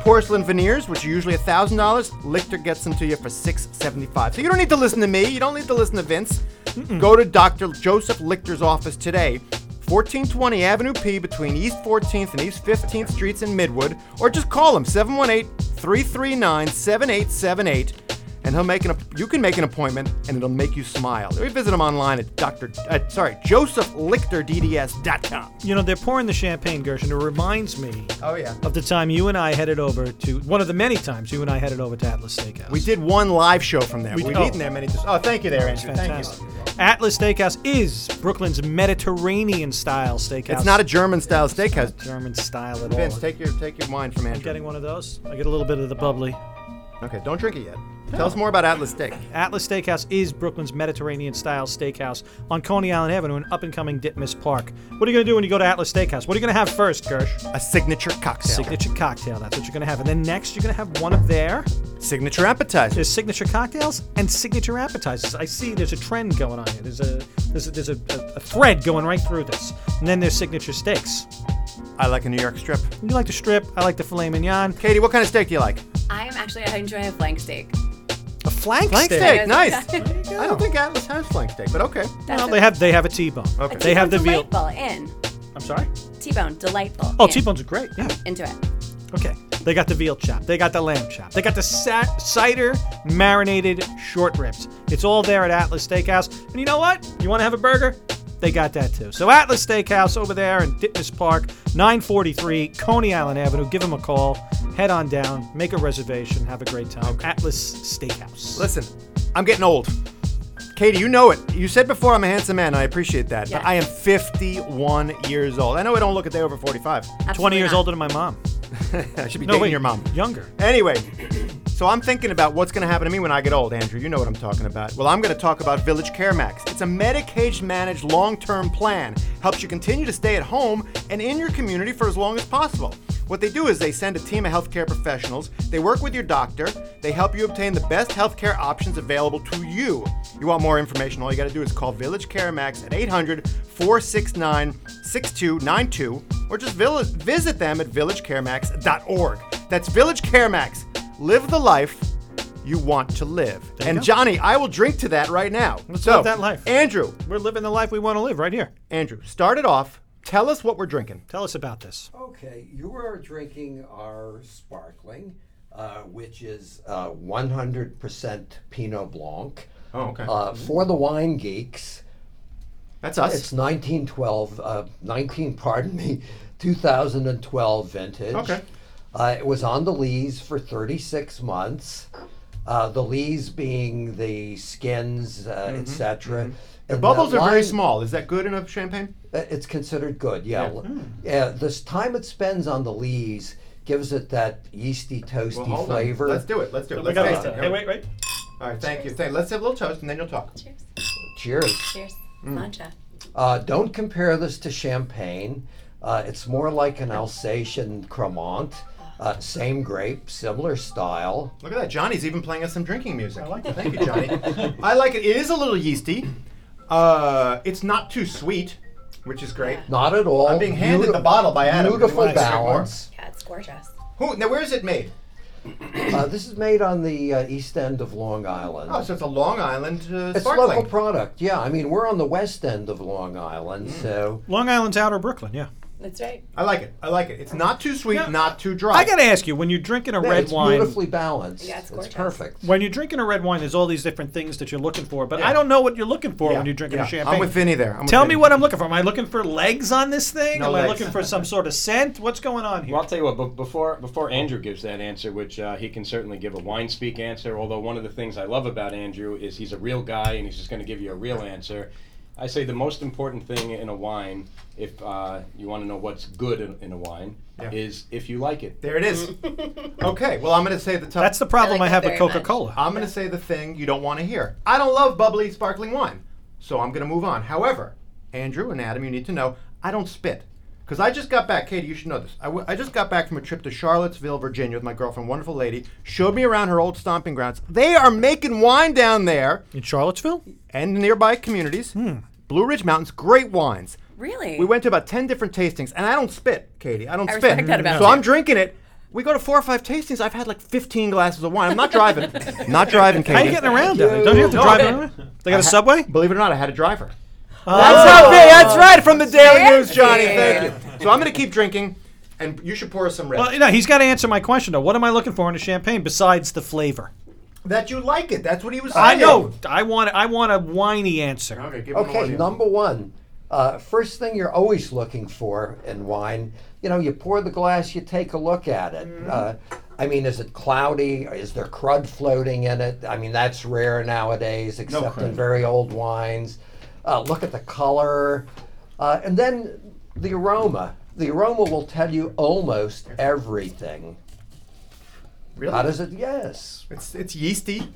S3: Porcelain veneers, which are usually $1,000, Lichter gets them to you for $675. So you don't need to listen to me. You don't need to listen to Vince. Go to Dr. Joseph Lichter's office today 1420 Avenue P between East 14th and East 15th Streets in Midwood, or just call him 718-339-7878 and he'll make an app- you can make an appointment and it'll make you smile. Or you visit him online at Dr. Uh, sorry, josephlichterdds.com.
S1: You know, they're pouring the champagne, Gersh, and it reminds me
S3: Oh yeah.
S1: of the time you and I headed over to one of the many times you and I headed over to Atlas Steakhouse.
S3: We did one live show from there. We
S1: We-
S3: have
S1: oh.
S3: eaten there many times. Oh, thank you there, Andrew. Thank
S1: Fantastic.
S3: you.
S1: Atlas Steakhouse is Brooklyn's Mediterranean style steakhouse.
S3: It's not a German style steakhouse.
S1: German style at all.
S3: Vince, take your take your wine from Andrew.
S1: Getting one of those. I get a little bit of the bubbly.
S3: Okay, don't drink it yet. Tell us more about Atlas Steak.
S1: Atlas Steakhouse is Brooklyn's Mediterranean style steakhouse on Coney Island Avenue in up and coming Ditmas Park. What are you going to do when you go to Atlas Steakhouse? What are you going to have first, Gersh?
S3: A signature cocktail.
S1: Signature cocktail. That's what you're going to have. And then next, you're going to have one of their
S3: signature appetizer.
S1: there's signature cocktails and signature appetizers. I see there's a trend going on here. There's a there's a, there's a, a, a thread going right through this. And then there's signature steaks.
S3: I like a New York strip.
S1: You like the strip? I like the filet mignon.
S3: Katie, what kind of steak do you like?
S2: I am actually I enjoy a flank steak.
S1: A flank,
S3: Flank steak.
S2: Steak.
S3: Nice.
S2: There you
S3: I don't think Atlas has flank steak, but okay.
S2: That's
S1: Well, they have they have a T-bone.
S3: Okay.
S1: They have the veal.
S2: delightful in
S1: I'm sorry.
S2: T-bone delightful.
S1: Oh,
S2: in.
S1: T-bones are great. Yeah.
S2: into it.
S1: Okay. They got the veal chop. They got the lamb chop. They got the sa- cider marinated short ribs. It's all there at Atlas Steakhouse. And you know what? You want to have a burger? They got that too. So Atlas Steakhouse over there in Ditmas Park, 943 Coney Island Avenue. Give them a call. Head on down. Make a reservation. Have a great time. Atlas Steakhouse.
S3: Listen, I'm getting old. Katie, you know it. You said before I'm a handsome man. I appreciate that. But
S2: Yeah.
S3: I am 51 years old. I know I don't look a day over 45.
S2: Absolutely
S1: 20 years
S2: not.
S1: older than my mom.
S3: I should be
S1: No,
S3: dating
S1: wait,
S3: your mom.
S1: Younger.
S3: Anyway, so I'm thinking about what's going to happen to me when I get old, Andrew. You know what I'm talking about. Well, I'm going to talk about Village Care Max. It's a Medicaid managed long term plan, helps you continue to stay at home and in your community for as long as possible. What they do is they send a team of healthcare professionals, they work with your doctor, they help you obtain the best healthcare options available to you. You want more information, all you got to do is call Village Care Max at 800 469 6292 or just vil- visit them at villagecaremax.org. That's Village Care Max. Live the life you want to live.
S1: you
S3: And
S1: go.
S3: Johnny, I will drink to that right now.
S1: Let's
S3: so,
S1: live that life.
S3: Andrew,
S1: We're living the life we want to live right here.
S3: Andrew, start it off. Tell us what we're drinking.
S1: Tell us about this.
S5: Okay, you are drinking our sparkling, uh, which is uh, 100% Pinot Blanc.
S3: Oh, okay.
S5: Uh, for the wine geeks,
S3: That's us.
S5: it's 1912, uh, 19, pardon me, 2012 vintage.
S3: Okay.
S5: Uh, it was on the lees for 36 months. Uh, the lees being the skins, uh, etc. The
S3: Mm-hmm. Bubbles are very small. Is that good enough champagne?
S5: uh, It's considered good, yeah. L-
S3: Hmm.
S5: Yeah, this time it spends on the lees gives it that yeasty, toasty
S3: hold on.
S5: flavor.
S3: Let's do it. Let's do it. Let's
S1: gotta
S3: taste
S1: taste it.
S3: Here
S1: Hey,
S3: we-
S1: wait, wait.
S3: All right, thank you. Thank- Let's have a little toast and then you'll talk.
S2: Cheers.
S5: Cheers.
S2: Cheers.
S3: Mm.
S2: Matcha.
S5: Uh, don't compare this to champagne. Uh, it's more like an Alsatian Cremant. Uh, same grape, similar style.
S3: Look at that. Johnny's even playing us some drinking music. I like it. Thank you, Johnny. I like it. It is a little yeasty. Uh, it's not too sweet, which is great.
S5: Not at all.
S3: I'm being handed
S5: Beauti-
S3: the bottle by Adam.
S5: Beautiful
S3: Really nice.
S5: balance.
S2: Yeah, it's gorgeous.
S3: Who? Now, where is it made?
S5: Uh, this is made on the uh, east end of Long Island.
S3: Oh, so it's a Long Island uh,
S5: it's
S3: sparkling.
S5: local product. Yeah, I mean we're on the west end of Long Island,
S3: Mm.
S5: so
S1: Long Island's outer Brooklyn, yeah.
S2: That's right.
S3: I like it. I like it. It's not too sweet,
S1: Yeah.
S3: not too dry.
S1: I got to ask you, when you're drinking a
S5: Yeah,
S1: red
S5: it's
S1: wine,
S5: beautifully balanced.
S2: Yeah, it's gorgeous.
S5: perfect.
S1: when you're drinking a red wine, there's all these different things that you're looking for, but
S3: Yeah.
S1: I don't know what you're looking for
S3: Yeah,
S1: when you're drinking
S3: yeah.
S1: a champagne.
S3: I'm with Vinny there. I'm with
S1: Tell
S3: Vinny.
S1: me what I'm looking for. Am I looking for legs on this thing?
S3: No
S1: Am I
S3: legs.
S1: looking for some sort of scent? What's going on here?
S4: Well, I'll tell you what. But before before Andrew gives that answer, which uh, he can certainly give a wine speak answer. Although one of the things I love about Andrew is he's a real guy and he's just going to give you a real answer. I say the most important thing in a wine, if uh, you want to know what's good in, in a wine,
S3: Yeah.
S4: is if you like it.
S3: There it is. okay. Well, I'm going to say the top.
S1: That's the problem I,
S2: I like
S1: have
S2: that
S1: with
S2: very much.
S1: Coca Cola.
S3: I'm going to say the thing you don't want to hear. I don't love bubbly sparkling wine, so I'm going to move on. However, Andrew and Adam, you need to know I don't spit. Because I just got back, Katie, you should know this. I, w- I just got back from a trip to Charlottesville, Virginia with my girlfriend, wonderful lady, showed me around her old stomping grounds. They are making wine down there
S1: In Charlottesville?
S3: and nearby communities.
S1: Hmm.
S3: Blue Ridge Mountains, great wines.
S2: Really?
S3: We went to about 10 different tastings, and I don't spit, Katie. I don't
S2: I
S3: spit.
S2: respect that about
S3: so
S2: you.
S3: I'm drinking it. We go to four or five tastings. I've had like 15 glasses of wine. I'm not driving. not driving, Katie.
S1: How are you getting around down there? Don't you have to
S3: No,
S1: drive
S3: I-
S1: around? Oh. They got a subway?
S3: Believe it or not, I had a driver. That's how big. That's right from the Daily News, Johnny. Thank you. So I'm going to keep drinking, and you should pour us some red.
S1: Well, no, he's got to answer my question, though. What am I looking for in a champagne besides the flavor?
S3: that you like it. That's what he was saying.
S1: I know. I want, I want a whiny answer.
S3: Okay, give him
S5: Okay,
S3: an
S5: number one, uh, first thing you're always looking for in wine, you know, you pour the glass, you take a look at it. Uh, I mean, is it cloudy? Is there crud floating in it? I mean, that's rare nowadays, except in very old wines. Uh, look at the color, uh, and then the aroma. The aroma will tell you almost everything.
S3: Really?
S5: How does it? Yes.
S3: It's it's yeasty.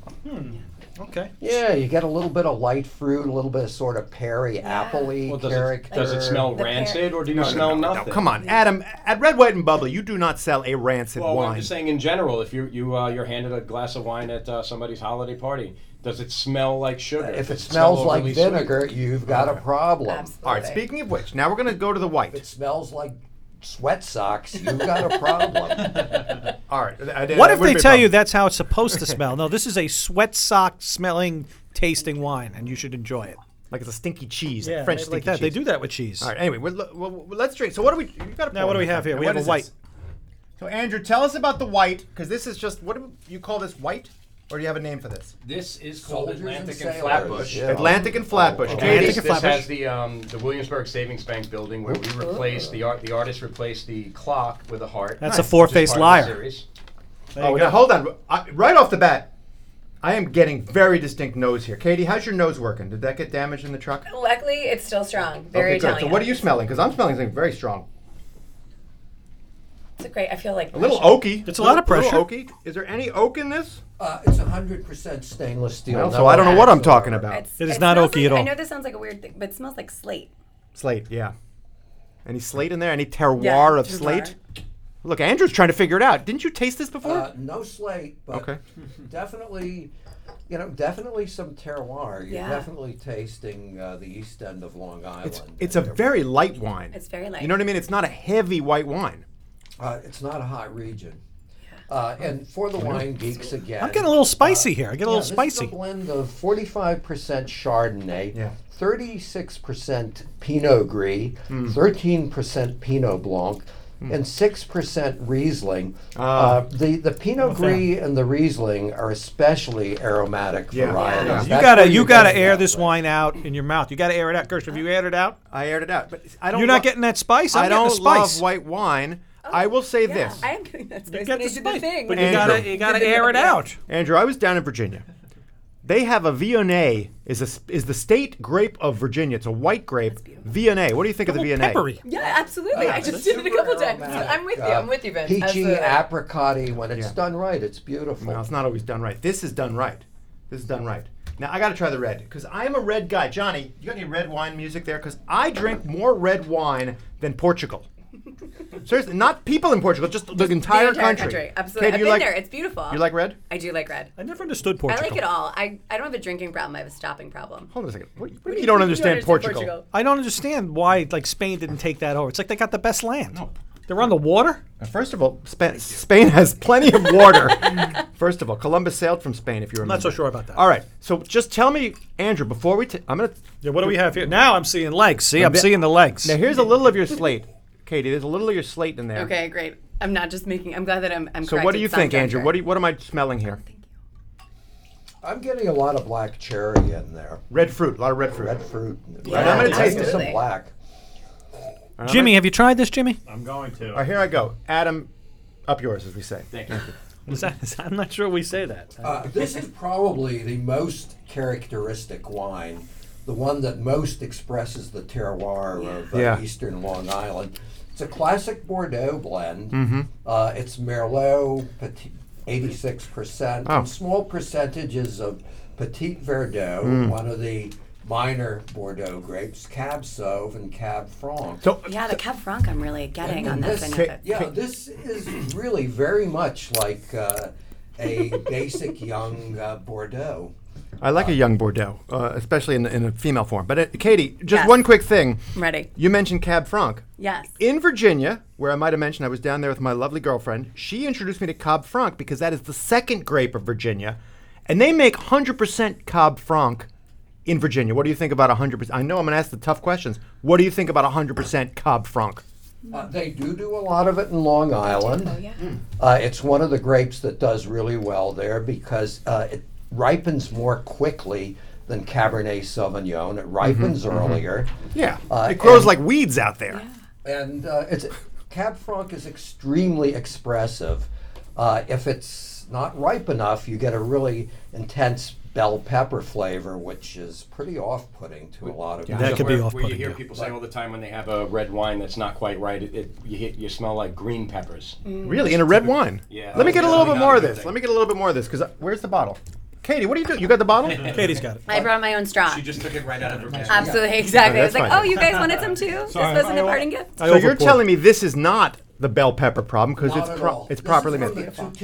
S1: Okay.
S5: Yeah, you get a little bit of light fruit, a little bit of sort of Perry appley
S4: Well, does it,
S5: character.
S4: does it smell
S2: The pear-
S4: rancid or do you smell nothing?
S3: No, come on, Adam. At Red, White, and Bubbly, you do not sell a rancid
S4: Well, I'm
S3: wine.
S4: just saying in general, if you you uh, you're handed a glass of wine at uh, somebody's holiday party, does it smell like sugar?
S5: If it
S4: Does smell
S5: smells like
S4: overly sweet?
S5: vinegar, you've got a problem.
S2: Absolutely.
S3: All right. Speaking of which, now we're going to go to the
S5: If it
S3: white.
S5: smells like sweat socks, you've got a problem.
S3: All right. I- I-
S1: What
S3: I
S1: if
S3: wouldn't
S1: they
S3: be a
S1: tell you
S3: problem.
S1: that's how it's supposed to smell? No, this is a sweat sock smelling, tasting wine, and you should enjoy it.
S3: like it's a stinky cheese, like French
S1: maybe
S3: stinky
S1: like that.
S3: cheese?
S1: They do that with cheese.
S3: All right. Anyway, we're, lo- well, well, let's drink. So what do we? You got
S1: Now, what do we have here? We have a white.
S3: So Andrew, tell us about the white because this is just what do you call this white, or do you have a name for this?
S4: This is called
S5: Soldiers and
S4: Atlantic and,
S5: sailors,
S4: Flatbush.
S5: yeah.
S3: Atlantic and Flatbush.
S4: And
S1: Oh, Atlantic
S3: Katie,
S4: this,
S1: and
S4: this
S1: Flatbush.
S4: has the um, the Williamsburg Savings Bank building where we replaced the art. The artist replaced the clock with a heart.
S1: That's
S3: a
S4: which is
S1: four-faced
S4: part of the
S1: liar.
S4: series.
S1: you
S3: Oh,
S1: go.
S3: now hold on. I, right off the bat, I am getting very distinct nose here. Katie, how's your nose working? Did that get damaged in the truck?
S2: Luckily, it's still strong.
S3: okay,
S2: Very
S3: good.
S2: Italian.
S3: So what are you smelling? Because I'm smelling something very strong.
S2: It's a great. I feel like
S3: A little oaky.
S1: It's a lot of
S3: Little- little
S1: pressure.
S3: oaky. Is there any oak in this?
S5: uh, it's 100% stainless steel.
S3: No,
S5: no
S3: so I don't know what I'm
S5: whatsoever.
S3: talking about.
S2: It's-
S1: It is not
S2: smells
S1: oaky
S2: like-
S1: at all.
S2: I know this sounds like a weird thing, but it smells like slate.
S3: Slate, yeah. Any slate in there? Any terroir
S2: Yeah,
S3: of
S2: terroir.
S3: slate? Look, Andrew's trying to figure it out. Didn't you taste this before?
S5: Uh, no slate, but
S3: Okay.
S5: definitely, you know, definitely some terroir. You're
S2: Yeah.
S5: definitely tasting uh, the east end of Long Island.
S3: it's it's a very light wine.
S2: It's very light.
S3: You know what I mean? It's not a heavy white wine.
S5: uh, it's not a hot region. Uh, and for the wine geeks again,
S1: I'm getting a little spicy here. I get a
S5: yeah,
S1: little
S5: this
S1: spicy.
S5: Is a blend of 45% Chardonnay,
S3: Yeah.
S5: 36% Pinot Gris,
S3: Hmm.
S5: 13% Pinot Blanc, and 6% Riesling.
S3: Ah.
S5: Uh, the, the Pinot Gris and the Riesling are especially aromatic
S3: Yeah.
S5: varieties.
S3: Yeah. You
S5: That's
S1: You
S5: where
S1: gotta you gotta
S5: get
S1: air
S5: that
S1: this
S5: from.
S1: wine out in your mouth. You gotta air it out, Gersh. Have you aired it out?
S3: I aired it out, but I don't.
S1: You're not
S3: lo-
S1: getting that spice. I'm
S3: I
S1: getting
S3: don't
S1: the spice.
S3: love white wine. I will say this,
S2: Oh, I am doing that.
S1: You
S2: Space,
S1: got
S2: but
S1: the
S2: I did the
S1: spice,
S2: thing.
S1: but you gotta you gotta air it out.
S3: Andrew. I was down in Virginia. They have a Viognier. Is a, s- is the state grape of Virginia? It's a white grape. Viognier. What do you think of the Viognier?
S1: Peppery.
S2: Yeah, absolutely. I just did it a
S5: Super
S2: couple times.
S5: aromatic,
S2: I'm with you.
S5: uh,
S2: I'm with you, Ben.
S5: Peachy,
S2: Absolutely.
S5: apricotty. When it's
S3: Yeah.
S5: done right, it's beautiful.
S3: No, it's not always done right. This is done right. This is done right. Now I got to try the red because I am a red guy. Johnny, you got any red wine music there? Because I drink more red wine than Portugal. Seriously, not people in Portugal, just, the
S2: The
S3: entire,
S2: entire country. Absolutely.
S3: Kate,
S2: I've
S3: you
S2: been
S3: like,
S2: there. It's beautiful.
S3: You like red?
S2: I do like red.
S1: I never understood
S2: I
S1: Portugal.
S2: like it all. I, I don't have a drinking problem. I have a stopping problem.
S3: Hold on a second. What, what do you mean you don't understand Portugal?
S1: I don't understand why like Spain didn't take that over. It's like they got the best land. They're on the water.
S3: Now, First of all, Spain, Spain has plenty of water. First of all, Columbus sailed from Spain. If you remember,
S1: not so sure about that.
S3: All right, so just tell me, Andrew, before we, t- I'm gonna
S1: Yeah, what do we have here? Now I'm seeing legs. See, I'm
S3: bit-
S1: seeing the legs.
S3: Now here's a little of your slate, Katie. There's a little of your slate in there.
S2: Okay, great. I'm not just making. I'm glad that I'm. I'm
S3: So what do you think, Andrew? What do you, what am I smelling here?
S5: I'm getting a lot of black cherry in there.
S3: Red fruit. A lot of red fruit.
S5: Red fruit.
S3: And I'm gonna taste it.
S5: Some black.
S1: Jimmy, have you tried this, Jimmy?
S6: I'm going to.
S3: All right, here I go. Adam, up yours, as we say.
S4: Thank you.
S1: Is that, is, I'm not sure we say that.
S5: Uh, this is probably the most characteristic wine, the one that most expresses the terroir of uh,
S3: Yeah.
S5: Eastern Long Island. It's a classic Bordeaux blend.
S3: Mm-hmm.
S5: Uh, it's Merlot, petit, 86%,
S3: Oh.
S5: and small percentages of Petit Verdot,
S3: Mm.
S5: one of the minor Bordeaux grapes, Cab Sauv and Cab Franc.
S3: So
S2: Yeah, the Cab Franc. I'm really getting on this. I know
S3: Okay.
S2: that.
S5: Yeah, this is really very much like uh, a basic young uh, Bordeaux.
S3: I like a young Bordeaux, uh, especially in, in a female form. But uh, Katie, just
S2: Yes.
S3: one quick thing.
S2: I'm ready.
S3: You mentioned Cab Franc.
S2: Yes.
S3: In Virginia, where I might have mentioned I was down there with my lovely girlfriend, she introduced me to Cab Franc because that is the second grape of Virginia, and they make 100% Cab Franc in Virginia. What do you think about 100%? I know I'm going to ask the tough questions. What do you think about 100% Cab Franc?
S5: Uh, they do do a lot of it in Long Island.
S2: Oh yeah.
S5: Uh, it's one of the grapes that does really well there because uh, it ripens more quickly than Cabernet Sauvignon. It ripens earlier.
S3: Yeah,
S5: Uh,
S3: it grows
S5: and-
S3: like weeds out there.
S5: and uh, it's Cab Franc is extremely expressive. Uh, if it's not ripe enough, you get a really intense bell pepper flavor, which is pretty off-putting to a lot of
S1: Yeah,
S5: people.
S1: that could be
S4: where,
S1: off-putting,
S4: Where you hear
S1: yeah.
S4: people say all the time when they have a red wine that's not quite right, it, it, you, hit, you smell like green peppers.
S3: Really, in a red wine.
S4: Yeah.
S3: Let me get a
S4: Yeah,
S3: little
S4: not
S3: bit
S4: a
S3: more of
S4: good
S3: this.
S4: thing.
S3: Let me get a little bit more of this because where's the bottle? Katie, what are you doing? You got the bottle?
S1: Katie's got it.
S2: I brought my own straw.
S4: She just took it right out of her basket.
S2: Absolutely, exactly. I was
S3: that's
S2: like,
S3: fine.
S2: oh, you guys wanted some too? this wasn't a parting gift.
S3: so you're telling me this is not the bell pepper problem because
S5: Not
S3: it's
S5: at
S3: pro-
S5: all.
S3: it's
S5: This
S3: properly
S5: is
S3: made.
S5: from the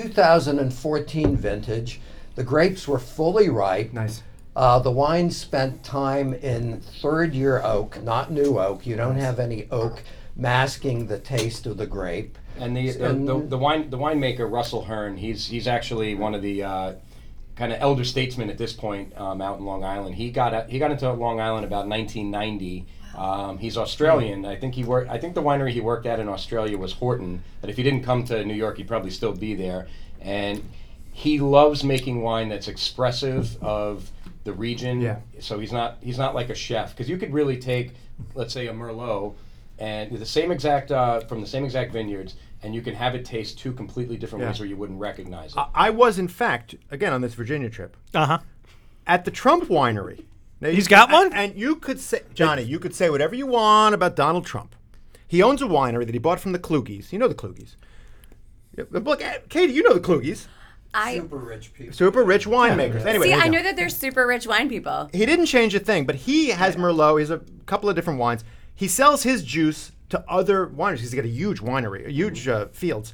S5: 2014 vintage. The grapes were fully ripe.
S3: Nice.
S5: Uh, the wine spent time in third year oak, not new oak. You don't have any oak masking the taste of the grape.
S4: And the, the, the, the wine the winemaker Russell Hearn, he's he's actually one of the uh, kind of elder statesmen at this point um, out in Long Island. He got out- he got into Long Island about 1990. Um, he's Australian. I think he worked. I think the winery he worked at in Australia was Horton. But if he didn't come to New York, he'd probably still be there. And he loves making wine that's expressive of the region.
S3: Yeah.
S4: So he's not he's not like a chef because you could really take, let's say, a Merlot and the same exact uh, from the same exact vineyards, and you can have it taste two completely different ways,
S3: Yeah.
S4: where you wouldn't recognize it.
S3: I was in fact again on this Virginia trip
S1: Uh huh.
S3: at the Trump winery. Now, you
S1: He's got
S3: can-
S1: one?
S3: and you could say Johnny, you could say whatever you want about Donald Trump. He owns a winery that he bought from the Kluges. You know the Kluges. Yeah, but Look, eh, Katie, you know the Kluges,
S2: I
S5: rich people.
S3: super rich winemakers. Anyway,
S2: see.
S3: here we
S2: I
S3: go.
S2: know that there's super rich wine people.
S3: he didn't change a thing, but he has Merlot. He has a couple of different wines. He sells his juice to other wineries. He's got a huge winery, a huge uh, fields.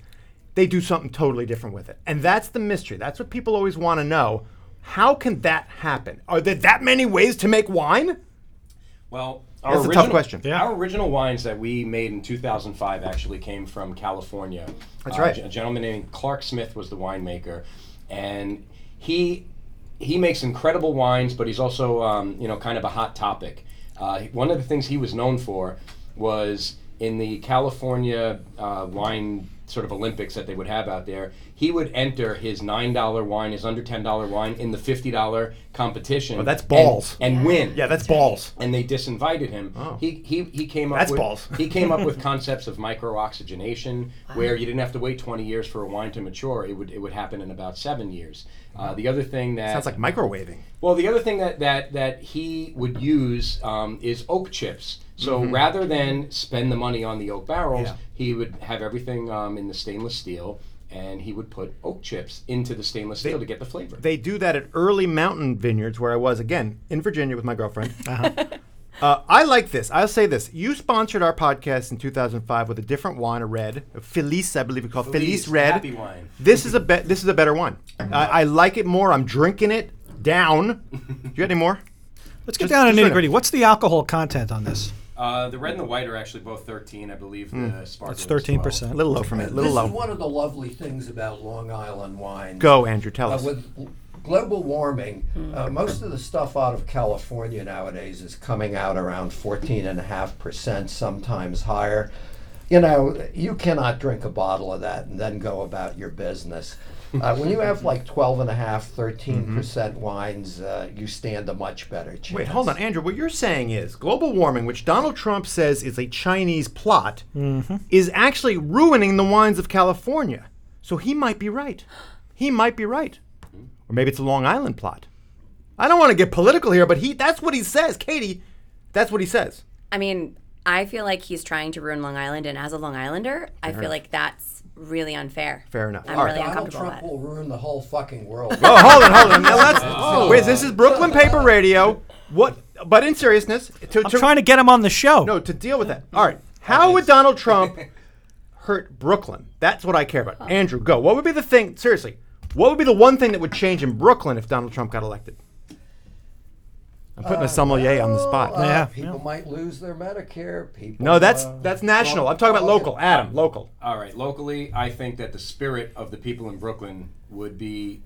S3: They do something totally different with it, and that's the mystery. That's what people always want to know. How can that happen? Are there that many ways to make wine?
S4: Well,
S3: That's a tough question.
S1: Yeah.
S4: Our original wines that we made in 2005 actually came from California. That's
S3: right.
S4: A gentleman named Clark Smith was the winemaker, and he he makes incredible wines, but he's also um, you know kind of a hot topic. Uh, one of the things he was known for was in the California uh, wine sort of Olympics that they would have out there. He would enter his nine dollar wine, his under ten dollar wine, in the fifty dollar competition.
S3: Oh, that's
S4: and-
S3: balls.
S4: And, win
S3: Yeah, that's balls.
S4: and they disinvited him. He, he he came up
S3: Oh. That's
S4: with
S3: balls.
S4: he came up with concepts of microoxygenation, where you didn't have to wait 20 years for a wine to mature. It would it would happen in about seven years. Uh, the other thing that
S3: Sounds like microwaving.
S4: well, the other thing that that that he would use um, is oak chips. So rather than spend the money on the oak barrels,
S3: Mm-hmm. Yeah.
S4: he would have everything um, in the stainless steel, and he would put oak chips into the stainless steel to get the flavor.
S3: They do that at early mountain vineyards where I was again in Virginia with my girlfriend. Uh-huh. I like this. I'll say this. You sponsored our podcast in 2005 with a different wine, a red, a Felice, I believe we call it Felice,
S4: Felice,
S3: Red.
S4: happy wine.
S3: This is a be- this is a better one. I, I like it more. I'm drinking it down. you got any more?
S1: Let's get down to
S3: just right
S1: nitty gritty. What's the alcohol content on this?
S4: Uh, the red and the white are actually both 13, I believe. The sparkling
S1: It's
S4: is
S1: thirteen
S4: 12.
S3: A
S1: percent.
S3: little low for me. A
S5: This
S3: little
S5: is
S3: low.
S5: one of the lovely things about Long Island wine.
S3: Go, Andrew. Tell
S5: Uh,
S3: us.
S5: with gl- global warming, uh, most of the stuff out of California nowadays is coming out around 14.5%, sometimes higher. You know, you cannot drink a bottle of that and then go about your business. Uh, when you have like 12.5%, 13% percent wines, uh, you stand a much better chance.
S3: Mm-hmm. Wait, hold on, Andrew. What you're saying is global warming, which Donald Trump says is a Chinese plot,
S1: Mm-hmm.
S3: is actually ruining the wines of California. So he might be right. He might be right. Or maybe it's a Long Island plot. I don't want to get political here, but he—that's what he says, Katie. That's what he says.
S2: I mean, I feel like he's trying to ruin Long Island, and as a Long Islander, I feel like that's really unfair.
S3: Fair enough.
S2: I'm
S3: All right.
S2: really
S5: Donald
S2: uncomfortable
S5: Trump
S2: with
S5: will ruin the whole fucking world.
S3: Oh, hold on, hold on. Now let's.
S2: Oh.
S3: Wait, this is Brooklyn Paper Radio. What? But in seriousness, to,
S1: I'm
S3: to-
S1: trying to get him on the show.
S3: No, to deal with that. All right. How would Donald Trump hurt Brooklyn? That's what I care about. Andrew, go. What would be the thing? Seriously, what would be the one thing that would change in Brooklyn if Donald Trump got elected? I'm putting
S2: Uh,
S3: a sommelier on the spot.
S5: Uh,
S1: Yeah,
S5: people might lose their Medicare. People.
S3: no, that's
S5: uh,
S3: that's national. I'm talking about local. Adam, local.
S4: All right, locally, I think that the spirit of the people in Brooklyn would be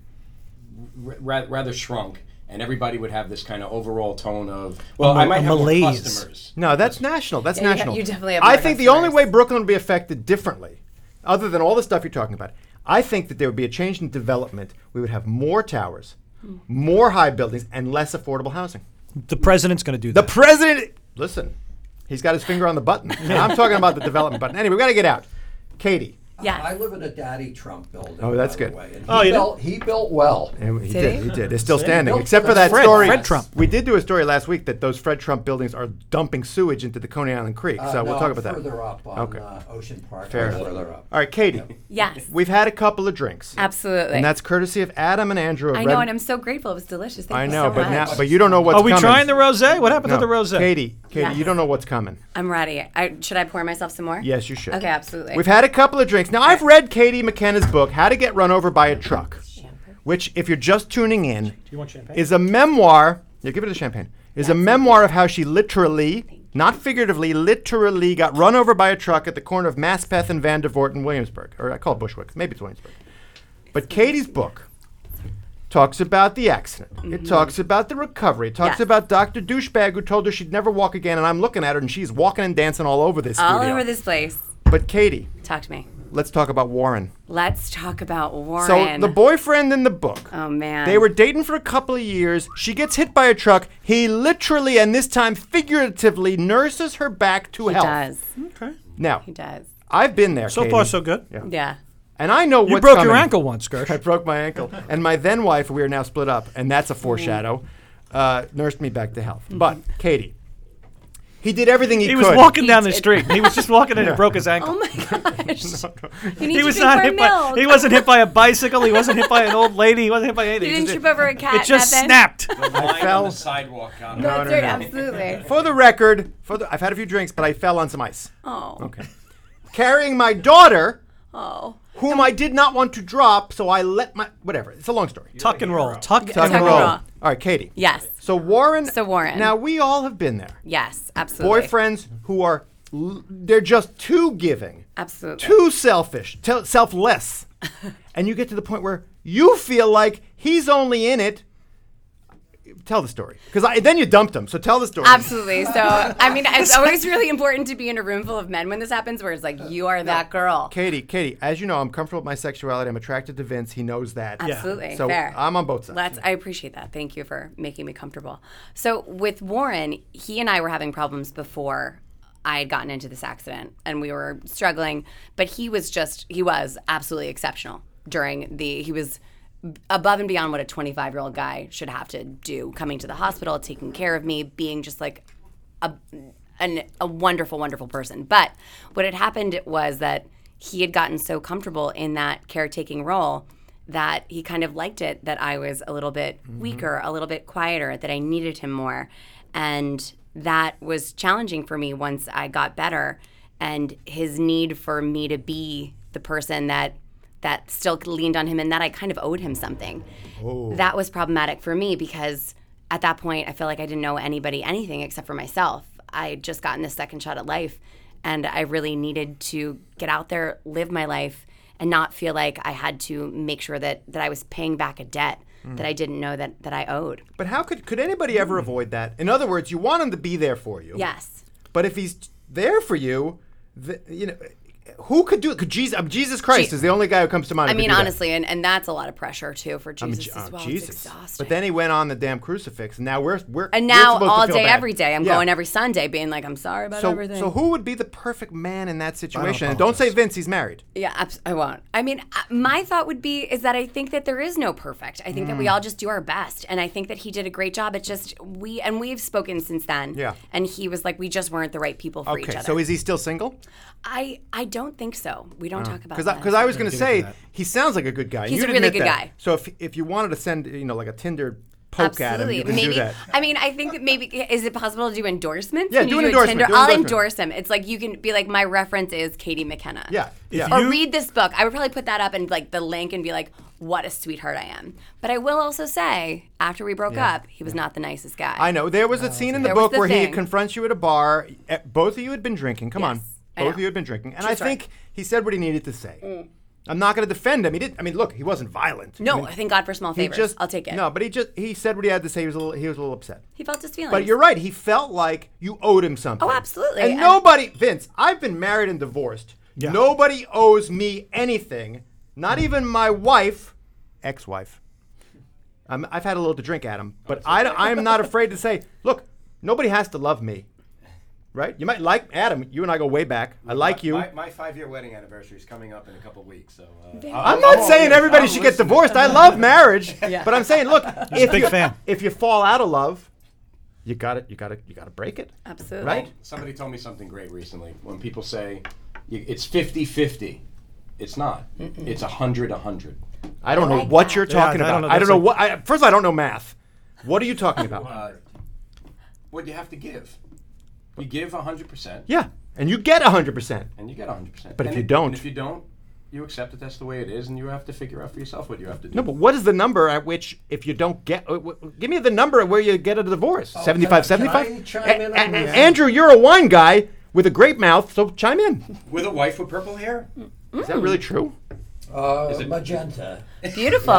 S4: r- ra- rather shrunk, and everybody would have this kind of overall tone of, well, I
S1: mal-
S4: might have
S1: malaise.
S4: more customers.
S3: No, that's national. That's
S2: you ha-
S3: national.
S2: you definitely have
S3: I
S2: more
S3: think the only way
S2: customers.
S3: Brooklyn would be affected differently, other than all the stuff you're talking about, I think that there would be a change in development. We would have more towers,
S2: Hmm.
S3: more high buildings, and less affordable housing.
S1: The president's going to do
S3: The
S1: that.
S3: president, listen, he's got his finger on the button. And I'm talking about the development button. Anyway, we got to get out. Katie,
S2: Yes.
S5: I live in a Daddy Trump building.
S3: Oh, that's
S5: by the
S3: good.
S5: way, and
S1: Oh,
S5: he
S1: you do?
S5: built, he built well.
S3: And he
S2: Did
S3: did.
S2: he?
S3: He did. It's still standing,
S5: Nope,
S3: except for that
S5: that's
S1: Fred-
S3: story.
S1: Fred Trump.
S3: We did do a story last week that those Fred Trump buildings are dumping sewage into the Coney Island Creek. So
S5: Uh,
S3: we'll
S5: no,
S3: talk
S5: I'm
S3: about that.
S5: Further up on
S3: Okay.
S5: uh, Ocean Park.
S3: Fair.
S5: I'm Further up.
S3: All right, Katie.
S2: Yes.
S3: We've had a couple of drinks,
S2: Absolutely.
S3: and that's courtesy of Adam and Andrew. of
S2: I
S3: Red-
S2: know, and I'm so grateful. It was delicious. Thank
S3: I
S2: you
S3: know,
S2: so
S3: but
S2: much.
S3: now, but you don't know what's
S1: Are we
S3: coming.
S1: trying the rosé? What happened to the rosé?
S3: Katie, Katie, you
S2: Yes.
S3: don't know what's coming.
S2: I'm ready. I, should I pour myself some more?
S3: Yes, you should.
S2: Okay, absolutely.
S3: We've had a couple of drinks. Now, I've read Katie McKenna's book, How to Get Run Over by a Truck, which, if you're just tuning in,
S1: You want champagne?
S3: is a memoir. Yeah, give it a champagne. Is a memoir of how she literally, not figuratively, literally got run over by a truck at the corner of Maspeth and Vandervoort in Williamsburg, or I call it Bushwick. Maybe it's Williamsburg. But Katie's book talks about the accident. It talks about the recovery. It talks
S2: Mm-hmm. Yes.
S3: about Dr. Douchebag who told her she'd never walk again, and I'm looking at her and she's walking and dancing all over this
S2: all
S3: studio.
S2: over this place.
S3: But Katie,
S2: Talk to me.
S3: let's talk about Warren.
S2: Let's talk about
S3: So
S2: Warren.
S3: the boyfriend in the book.
S2: Oh man.
S3: They were dating for a couple of years. She gets hit by a truck. He literally, and this time figuratively, nurses her back to
S2: He
S3: health.
S2: does.
S1: okay.
S3: Now,
S2: He does.
S3: I've been there.
S1: So
S3: Katie,
S1: far, so good.
S2: Yeah.
S3: And I know
S1: You
S3: what's
S1: broke your
S3: coming.
S1: ankle once,
S3: I
S1: Gersh.
S3: broke my ankle. And my then wife, we are now split up, and that's
S2: Mm-hmm.
S3: a foreshadow, uh, nursed me back to health. But, Katie, he did everything he,
S1: He
S3: could.
S1: was walking down the
S2: did.
S1: street. He was just walking and it broke his ankle.
S2: Oh my gosh. You need
S1: he
S2: to
S1: was
S2: drink
S1: not
S2: more
S1: hit
S2: milk.
S1: by. He wasn't hit by a bicycle. He wasn't hit by an old lady. He wasn't hit by anything.
S2: You
S1: He
S2: didn't
S1: just-
S2: trip over a cat.
S1: It just
S2: nothing.
S1: snapped.
S4: Lying
S3: fell-
S4: on the sidewalk. Got
S2: No,
S4: it.
S2: that's
S3: no,
S2: right,
S3: no.
S2: absolutely.
S3: For the record, for the, I've had a few drinks, but I fell on some ice.
S2: Oh.
S3: Okay. Carrying my daughter,
S2: Oh.
S3: whom I did not want to drop, so I let my. Whatever. It's a long story.
S1: Tuck and roll. Tuck,
S3: Tuck
S1: and
S3: and
S2: Tuck
S1: roll.
S3: roll.
S2: roll.
S3: All right, Katie.
S2: Yes.
S3: So Warren.
S2: So Warren.
S3: Now we all have been there.
S2: Yes, absolutely.
S3: Boyfriends who are, l- they're just too giving,
S2: Absolutely.
S3: too selfish, te- selfless, and you get to the point where you feel like he's only in it. Tell the story, because then you dumped him. So tell the story.
S2: Absolutely. So, I mean, it's always really important to be in a room full of men when this happens, where it's like, you are that girl.
S3: Katie, Katie, as you know, I'm comfortable with my sexuality. I'm attracted to Vince. He knows that.
S2: Absolutely.
S3: So
S2: Fair.
S3: I'm on both sides.
S2: Let's. I appreciate that. Thank you for making me comfortable. So with Warren, he and I were having problems before I had gotten into this accident, and we were struggling. But he was just. He was absolutely exceptional during the. He was above and beyond what a 25 year old guy should have to do coming to the hospital taking care of me being just like a an, a wonderful, wonderful person. But what had happened was that he had gotten so comfortable in that caretaking role that he kind of liked it that I was a little bit weaker, a little bit quieter, that I needed him more. And that was challenging for me once I got better and his need for me to be the person that that still leaned on him and that I kind of owed him something.
S3: Oh.
S2: That was problematic for me because at that point I feel like I didn't know anybody anything except for myself. I had just gotten this second shot at life and I really needed to get out there, live my life and not feel like I had to make sure that that I was paying back a debt
S3: Hmm.
S2: that I didn't know that that I owed.
S3: But how could could anybody ever
S2: Hmm.
S3: avoid that? In other words, you want him to be there for you.
S2: Yes.
S3: But if he's t- there for you, th- you know, who could do it? Could Jesus? um, Jesus Christ
S2: Je-
S3: is the only guy who comes to mind.
S2: I
S3: who could
S2: mean
S3: do that.
S2: honestly and, and that's a lot of pressure too for
S3: I mean,
S2: Jesus
S3: Je-
S2: as
S3: oh,
S2: well. It's
S3: Jesus.
S2: exhausting.
S3: But then he went on the damn crucifix, and now we're we're
S2: and
S3: we're
S2: now
S3: supposed
S2: all
S3: to feel
S2: day
S3: bad.
S2: every day I'm
S3: Yeah.
S2: going every Sunday being like I'm sorry about
S3: So
S2: everything.
S3: so who would be the perfect man in that situation? And don't say
S1: apologize.
S3: Vince. He's married.
S2: Yeah, abs- I won't. I mean, uh, my thought would be is that I think that there is no perfect. I think that
S3: Mm.
S2: we all just do our best, and I think that he did a great job. It's just we and we've spoken since then.
S3: Yeah.
S2: and he was like, we just weren't the right people for each
S3: Okay.
S2: other.
S3: So is he still single?
S2: I I don't think so. We don't talk about
S3: Because
S2: that.
S3: because Uh, I, was going to
S1: get into
S3: say
S1: that.
S3: he sounds like a good guy. and
S2: He's
S3: you
S2: a really
S3: admit
S2: good
S3: that.
S2: guy.
S3: So if if you wanted to send you know like a Tinder poke at him,
S2: Absolutely.
S3: you could
S2: maybe.
S3: do that.
S2: I mean, I think that maybe is it possible to do endorsements?
S3: Yeah,
S2: Can
S3: do
S2: you
S3: an
S2: do
S3: endorsement,
S2: A
S3: do
S2: Tinder?
S3: an
S2: I'll
S3: endorsement.
S2: endorse him. It's like you can be like, my reference is Katie McKenna.
S3: Yeah. Yeah.
S2: or
S1: you-
S2: read this book. I would probably put that up and like the link and be like, what a sweetheart I am. But I will also say, after we broke up, he was not the nicest guy.
S3: I know. There was a scene in the
S2: There Oh, was
S3: book
S2: the
S3: where he
S2: thing.
S3: confronts you at a bar. Eh, Both of you had been drinking. Come on.
S2: Yes, I
S3: Both
S2: know.
S3: of you had been drinking. And I
S2: story. Mm.
S3: think he said what he needed to say. I'm not going to defend him. He did. I mean, look, he wasn't violent. I
S2: No,
S3: mean,
S2: thank God for small
S3: he
S2: favors.
S3: just.
S2: I'll take it.
S3: No, but he just he said what he had to say. He was a little, he was a little upset.
S2: He felt his feelings.
S3: But you're right. He felt like you owed him something.
S2: Oh, absolutely.
S3: And,
S2: And-
S3: nobody, Vince, I've been married and divorced.
S1: Yeah.
S3: Nobody owes me anything, not even my wife, ex wife. I'm, I've
S2: Oh,
S3: had a little to drink, Adam, but I, am not afraid to say, look, nobody has to love me. right? You might like Adam. You and I go way back. I like you.
S4: My, my five-year wedding anniversary is coming up in a couple weeks, so uh,
S3: I'm not saying everybody should get divorced. I love marriage,
S2: Yeah.
S3: but I'm saying, look, if
S1: big
S3: you,
S1: fan.
S3: if you fall out of love, you got to You got to You got to break it.
S2: Absolutely.
S3: Right?
S4: Somebody told me something great recently. When people say you, it's 50-50, it's not. It's 100-100.
S3: I don't know
S2: like
S3: what
S2: that.
S3: you're talking
S1: I don't know.
S3: about. I don't
S1: That's
S3: know
S1: like-
S3: what. I, first of all, I don't know math. What are you talking about?
S4: Uh, what do you have to give? You give 100%.
S3: yeah, and you get hundred percent.
S4: And you get 100%.
S3: But if
S4: And
S3: you
S4: and
S3: don't-
S4: if you don't, you accept that that's the way it is, and you have to figure out for yourself what you have to do.
S3: No, but what is the number at which if you don't get? uh, wh- wh- Give me the number at where you get a divorce. Seventy-five,
S5: can I-
S3: seventy-five.
S5: can I
S3: 75,
S5: chime
S3: 75? A-
S5: in
S3: a-
S5: on
S3: a-
S5: this?
S3: Andrew, you're a wine guy with a great mouth, so chime in.
S4: With a wife with purple hair?
S3: Is that really true?
S5: Uh, magenta.
S2: Beautiful.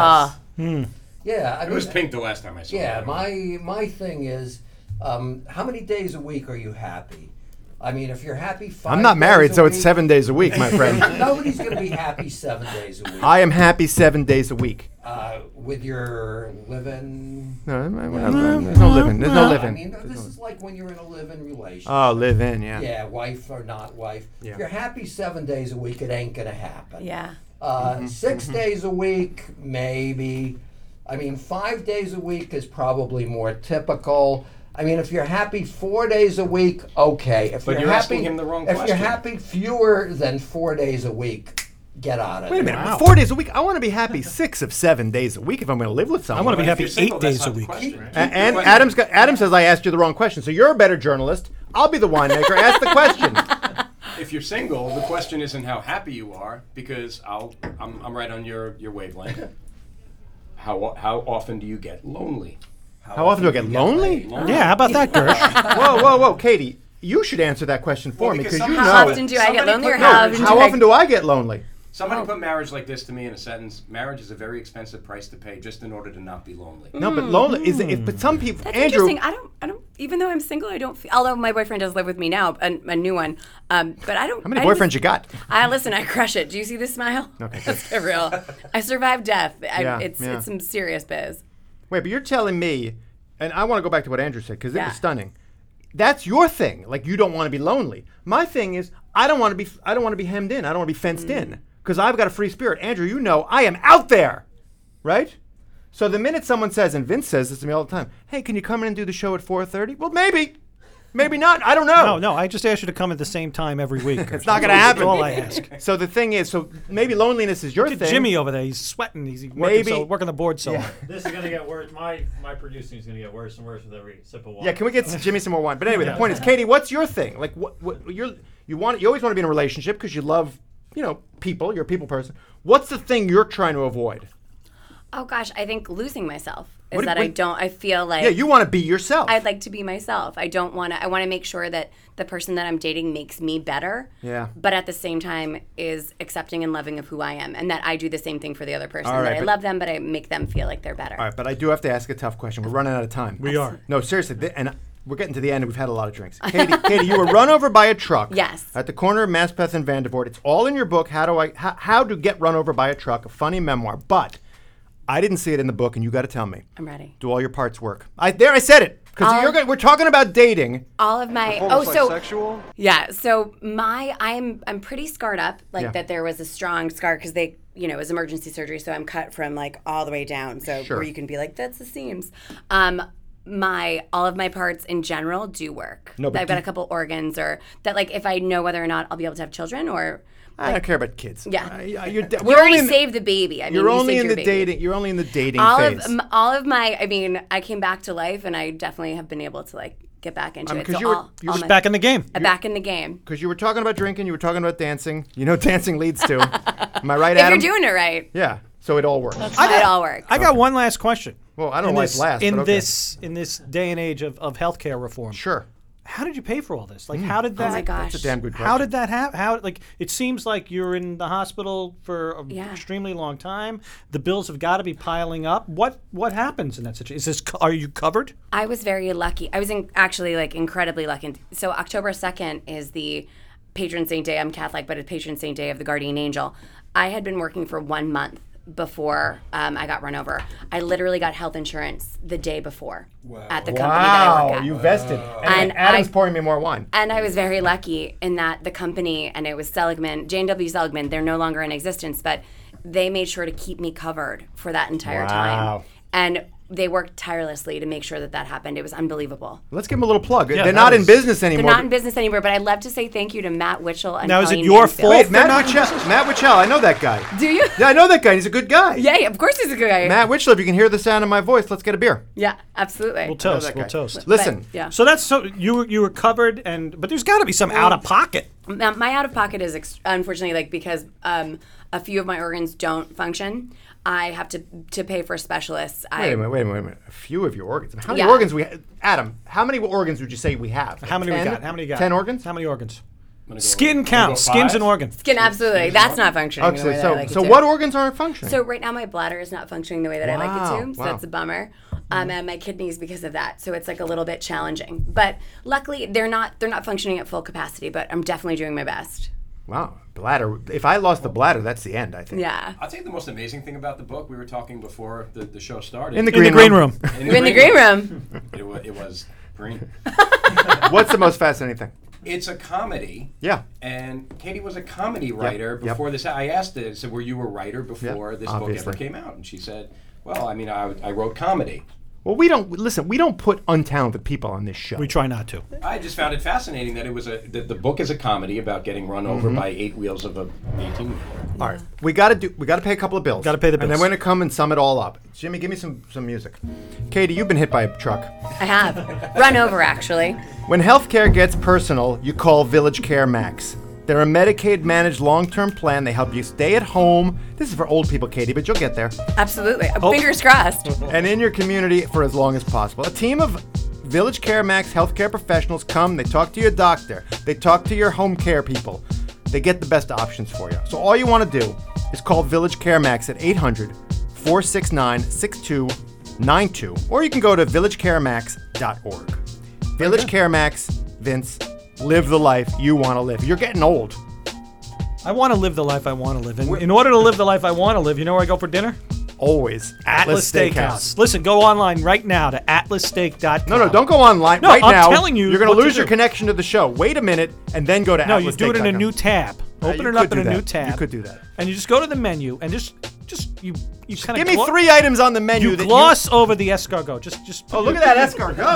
S5: Yeah, I
S4: It was
S5: mean, uh,
S4: pink the last time I saw
S5: Yeah,
S4: it.
S5: my my thing is, um, how many days a week are you happy? I mean, if you're happy, five
S3: I'm not
S5: days
S3: married,
S5: a
S3: so it's
S5: week-
S3: seven days a week, my friend.
S5: Nobody's going to be happy seven days a week
S3: I am happy seven days a week.
S5: uh, with your living.
S3: No, I'm- I'm- I'm- there's no living. There's no
S5: I
S3: living.
S5: mean, this is like when you're in a living relationship.
S3: Oh, live in, yeah.
S5: yeah, wife or not wife.
S3: Yeah.
S5: If you're happy seven days a week, it ain't going to happen.
S2: Yeah.
S5: Uh, Six days a week, maybe. I mean, five days a week is probably more typical. I mean, if you're happy four days a week, okay. If
S4: But
S5: you're,
S4: you're
S5: happy,
S4: asking him the wrong
S5: if
S4: question.
S5: you're happy fewer than four days a week, get out of
S3: Wait a
S5: there.
S3: minute.
S1: Wow.
S3: Four days a week. I want to be happy six of seven days a week if I'm going to live with someone.
S1: I want to be
S4: If
S1: happy
S4: you're single,
S1: eight
S4: that's
S1: days
S4: not
S1: a
S4: the
S1: week.
S4: question, right?
S3: A- And
S4: Right.
S3: Adam's got, Adam says I asked you the wrong question, so you're a better journalist. I'll be the winemaker. Ask the question.
S4: If you're single, the question isn't how happy you are, because I'll I'm, I'm right on your your wavelength. How o- how often do you get lonely?
S3: How often do I get lonely?
S4: Lonely.
S1: Yeah, how about that, Gersh?
S3: Whoa, whoa, whoa, Katie, you should answer that question for
S4: Well,
S3: me
S4: because
S3: because you know.
S4: somehow-
S2: How often do I get
S4: Somebody
S2: lonely or
S4: put-
S3: No,
S2: how
S4: No,
S2: often
S3: how
S2: do
S3: often
S2: I
S3: do I get lonely?
S4: Somebody
S3: Oh.
S4: put marriage like this to me in a sentence. Marriage is a very expensive price to pay just in order to not be lonely.
S3: No, but lonely is if but some people
S2: That's
S3: Andrew
S2: interesting. I don't. I don't. Even though I'm single, I don't. Feel, although my boyfriend does live with me now, a, a new one. Um, but I don't.
S3: How many
S2: I don't-
S3: boyfriends you got?
S2: I listen. I crush it. Do you see this smile? Okay, Let's get real. I survived death. I,
S3: Yeah,
S2: it's
S3: yeah.
S2: it's some serious biz.
S3: Wait, but you're telling me and I want to go back to what Andrew said because it
S2: Yeah.
S3: was stunning. That's your thing. Like you don't want to be lonely. My thing is I don't want to be I don't want to be hemmed in. I don't want to be fenced in because I've got a free spirit. Andrew, you know I am out there. Right? So the minute someone says and Vince says this to me all the time, "Hey, can you come in and do the show at 4:30?" Well, maybe. Maybe not. I don't know.
S1: no, no, I just asked you to come at the same time every week. It's
S3: not gonna happen.
S1: all I ask.
S3: So the thing is, so maybe loneliness is your thing.
S1: Jimmy over there, he's sweating. He's working,
S3: Maybe-
S1: so, working the board so hard.
S6: This is gonna get worse. My my producing is gonna get worse and worse with every sip of wine.
S3: Yeah, can we get s- Jimmy some more wine? But anyway, the point is, Katie, what's your thing? Like, what, what you're you want you always want to be in a relationship because you love you know people. You're a people person. What's the thing you're trying to avoid?
S2: Oh gosh, I think losing myself is
S3: What do-
S2: that I
S3: what-
S2: don't. I feel like
S3: Yeah, you want to be yourself.
S2: I'd like to be myself. I don't want to. I want to make sure that the person that I'm dating makes me better.
S3: Yeah.
S2: But at the same time, is accepting and loving of who I am, and that I do the same thing for the other person.
S3: All right,
S2: that I
S3: but-
S2: love them, but I make them feel like they're better.
S3: All right, but I do have to ask a tough question. We're running out of time.
S1: We are.
S3: No, seriously, th- and we're getting to the end, and we've had a lot of drinks. Katie, Katie, you were run over by a truck.
S2: Yes.
S3: At the corner of Maspeth and Vandervoort. It's all in your book. How do I? How, how to get run over by a truck? A funny memoir, but I didn't see it in the book, and you got to tell me.
S2: I'm ready.
S3: Do all your parts work? I there. I said it because
S2: Uh,
S3: you're. Gonna, we're talking about dating.
S2: All of my oh, so
S7: sexual.
S2: Yeah. So my I'm I'm pretty scarred up. Like
S3: Yeah.
S2: that there was a strong scar because they you know it was emergency surgery, so I'm cut from like all the way down. So
S3: Sure.
S2: where you can be like that's the seams. Um, my all of my parts in general do work.
S3: No, but
S2: I've
S3: do-
S2: got a couple organs or that like if I know whether or not I'll be able to have children or
S3: I don't care about kids.
S2: Yeah.
S3: Uh, yeah, you're da-
S2: you
S3: we're
S2: already
S3: only in,
S2: saved the baby. I mean,
S3: You're
S2: you
S3: only
S2: saved
S3: in
S2: your
S3: the
S2: baby.
S3: dating. You're only in the dating
S2: All
S3: phase.
S2: of m- all of my I mean I came back to life and I definitely have been able to like get back into it.
S3: Um, 'cause
S2: So
S3: you were-
S2: all,
S3: you
S2: all
S3: were
S2: my-
S1: Back in the game.
S2: back in the game.
S3: because you were talking about drinking, you were talking about dancing. You know, dancing leads to. Am I right,
S2: If
S3: Adam?
S2: you're doing it right,
S3: yeah. So it all works.
S2: it all works.
S1: I got one last question.
S3: Well, I don't
S1: in
S3: know why it's
S1: this,
S3: last,
S1: in
S3: but okay.
S1: this in this day and age of, of healthcare reform.
S3: Sure.
S1: How did you pay for all this? Like, how did that?
S2: Oh my gosh.
S3: That's a damn good question.
S1: How did that happen? How like it seems like you're in the hospital for an
S2: Yeah.
S1: extremely long time. The bills have got to be piling up. What what happens in that situation? Is this co- are you covered?
S2: I was very lucky. I was in, actually like incredibly lucky. So October 2nd is the patron saint day. I'm Catholic, but a patron saint day of the guardian angel. I had been working for one month before um, I got run over. I literally got health insurance the day before at the company that I work
S3: Wow,
S2: at.
S3: you vested. And,
S2: And
S3: Adam's
S2: I-
S3: pouring me more wine.
S2: and I was very lucky in that the company, and it was Seligman, J&W Seligman, they're no longer in existence, but they made sure to keep me covered for that entire
S3: Wow.
S2: time. And they worked tirelessly to make sure that that happened. It was unbelievable.
S3: Let's give him a little plug. They're
S1: that
S3: not in
S1: was-
S3: business
S2: They're
S3: anymore.
S2: not in business anymore, but I'd love to say thank you to Matt Witchell and
S1: Now, is it
S2: Colleen
S1: your
S2: Mansfield.
S1: fault?
S3: Wait, Matt
S1: not in
S3: Wichell. Matt Wichell, I know that guy.
S2: Do you?
S3: Yeah, I know that guy. He's a good guy.
S2: Yeah, yeah, of course he's a good guy.
S3: Matt Wichell, if you can hear the sound of my voice, let's get a beer.
S2: Yeah, absolutely.
S1: We'll
S3: I know
S1: toast.
S3: that
S1: We'll
S3: guy.
S1: toast.
S2: But,
S3: Listen,
S2: yeah.
S1: So that's so you were- you were covered, and but there's got to be some out of pocket.
S2: Now, my out of pocket is ex- unfortunately like because um, a few of my organs don't function. I have to to pay for specialists. I,
S3: Wait a minute, wait a minute, wait a minute. A few of your organs. How many
S2: Yeah.
S3: organs we Adam, how many organs would you say we have?
S1: How many we
S3: Ten?
S1: got? How many you got?
S3: Ten organs?
S1: How many organs?
S4: gonna go- I'm
S1: Skin
S4: gonna
S1: count.
S4: go
S1: Skin's an
S4: five.
S1: organ.
S2: Skin, absolutely. That's not functioning. the way
S3: Okay,
S2: that
S3: so
S2: I like it
S3: so
S2: to.
S3: what organs aren't functioning?
S2: So right now my bladder is not functioning the way that I like it
S3: Wow,
S2: to. So
S3: wow.
S2: that's a bummer. Um, and my kidneys because of that. So it's like a little bit challenging. But luckily they're not they're not functioning at full capacity. But I'm definitely doing my best.
S3: wow, bladder. If I lost the bladder, that's the end, I think.
S2: Yeah.
S4: I think the most amazing thing about the book we were talking before the, the show started.
S3: In the
S1: In
S3: green,
S1: the green room.
S2: We're in the green room.
S4: It was, it was green.
S3: What's the most fascinating thing?
S4: it's a comedy.
S3: Yeah.
S4: And Katie was a comedy writer
S3: yep.
S4: before this. I asked her, I said, "Were you a writer before this book
S3: obviously.
S4: ever came out?" And she said, "Well, I mean, I, I wrote comedy.
S3: Well, we don't listen. We don't put untalented people on this show.
S1: We try not to.
S4: I just found it fascinating that it was a that the book is a comedy about getting run over
S3: Mm-hmm.
S4: by eight wheels of a eighteen wheeler.
S3: All right, we got to do. We got to pay a couple of bills.
S1: Gotta pay the
S3: And then
S1: bills.
S3: we're gonna come and sum it all up. Jimmy, give me some some music. Katie, you've been hit by a truck.
S2: I have run over actually.
S3: When healthcare gets personal, you call Village Care Max. They're a Medicaid managed long term plan. They help you stay at home. This is for old people, Katie, but you'll get there.
S2: Absolutely. Fingers crossed.
S3: And in your community for as long as possible. A team of Village Care Max healthcare professionals come, they talk to your doctor, they talk to your home care people. They get the best options for you. So all you want to do is call Village Care Max at 800 469 6292, or you can go to villagecaremax.org. Village Care Max, Vince, live the life you want to live. You're getting old.
S1: I want to live the life I want to live. In, in order to live the life I want to live, you know where I go for dinner?
S3: Always.
S1: Atlas Steakhouse. Listen, go online right now to atlassteak.com.
S3: No, no, don't go online
S1: No,
S3: right
S1: I'm
S3: now.
S1: telling you
S3: you're going
S1: what
S3: to
S1: to
S3: lose your
S1: do.
S3: connection to the show. Wait a minute, and then go to
S1: No, you
S3: Atlas
S1: do it in a
S3: Steakhouse.
S1: new tab.
S3: Uh,
S1: Open
S3: you
S1: it
S3: could
S1: up in
S3: do
S1: a
S3: that.
S1: new tab.
S3: You could do that.
S1: And you just go to the menu and just just you you kind of
S3: Give me three items on the menu.
S1: You
S3: that
S1: gloss over the escargot. Just just
S3: oh, look at that escargot.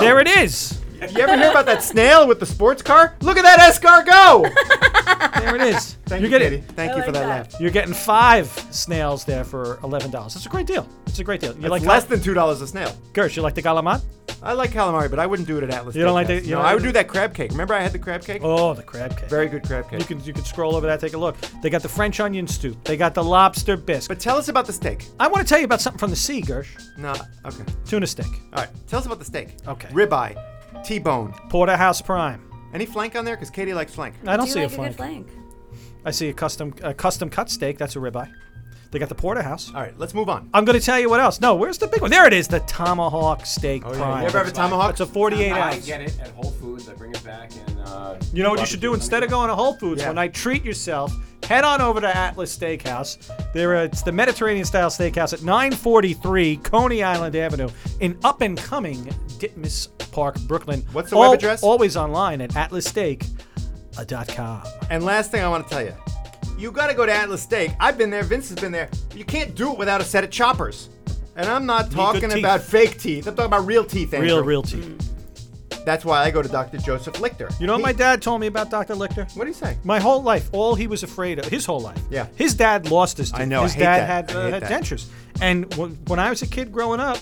S1: There it is.
S3: You ever hear about that snail with the sports car? Look at that escargot.
S1: There it is.
S3: Thank
S1: You're
S3: you,
S1: getting
S3: Katie. Thank you for
S2: like
S3: that,
S2: that.
S3: laugh.
S1: You're getting five snails there for eleven dollars. It's a great deal. It's a great deal. You like
S3: It's less than two dollars a snail.
S1: Gersh, you like the calamari?
S3: I like calamari, but I wouldn't do it at Atlas.
S1: You don't like the-
S3: Steakhouse.
S1: you
S3: No,
S1: don't
S3: I
S1: like
S3: would
S1: the-
S3: do that crab cake. Remember, I had the crab cake.
S1: Oh, the crab cake.
S3: Very good crab
S1: You
S3: cake.
S1: can you can scroll over that, take a look. They got the French onion stew. They got the lobster bisque.
S3: But tell us about the steak.
S1: I want to tell you about something from the sea, Gersh.
S3: No, okay.
S1: Tuna steak,
S3: All right, tell us about the steak.
S1: Okay.
S3: Ribeye, T-bone.
S1: porterhouse prime.
S3: Any flank on there? Because Katie likes flank.
S1: I don't
S2: Do you
S1: see
S2: like
S1: a
S2: a
S1: flank.
S2: good flank?
S1: I see a custom a custom cut steak. That's a ribeye. They got the porterhouse.
S3: All right, let's move on.
S1: I'm going to tell you what else. No, where's the big one? There it is, the tomahawk steak
S3: Oh, yeah.
S1: prime.
S3: You ever have a tomahawk?
S1: It's a 48
S4: I
S1: ounce.
S4: get it at Whole Foods. I bring it back and uh,
S1: You know what you should do
S4: barbecue it
S1: instead of
S4: on
S1: going to Whole Foods
S3: Yeah.
S1: one night? Treat yourself. Head on over to Atlas Steakhouse. There, uh, it's the Mediterranean style steakhouse at 943 Coney Island Avenue in up and coming Ditmas Park, Brooklyn.
S3: What's the web
S1: Al-
S3: address?
S1: Always online at uh, atlassteak.com.
S3: And last thing I want to tell you, you got to go to Atlas Steak. I've been there. Vince has been there. You can't do it without a set of choppers. And I'm not talking
S1: teeth.
S3: about fake teeth. I'm talking about real teeth. Andrew. Mm.
S1: Real, real tea.
S3: That's why I go to Dr. Joseph Lichter.
S1: You know what
S3: He-
S1: my dad told me about Dr. Lichter?
S3: What do you say?
S1: My whole life, all he was afraid of, his whole life.
S3: Yeah.
S1: His dad lost his teeth.
S3: I know, I
S1: His
S3: hate
S1: dad
S3: that.
S1: had,
S3: I
S1: uh,
S3: hate
S1: had
S3: that.
S1: dentures. And when, when I was a kid growing up,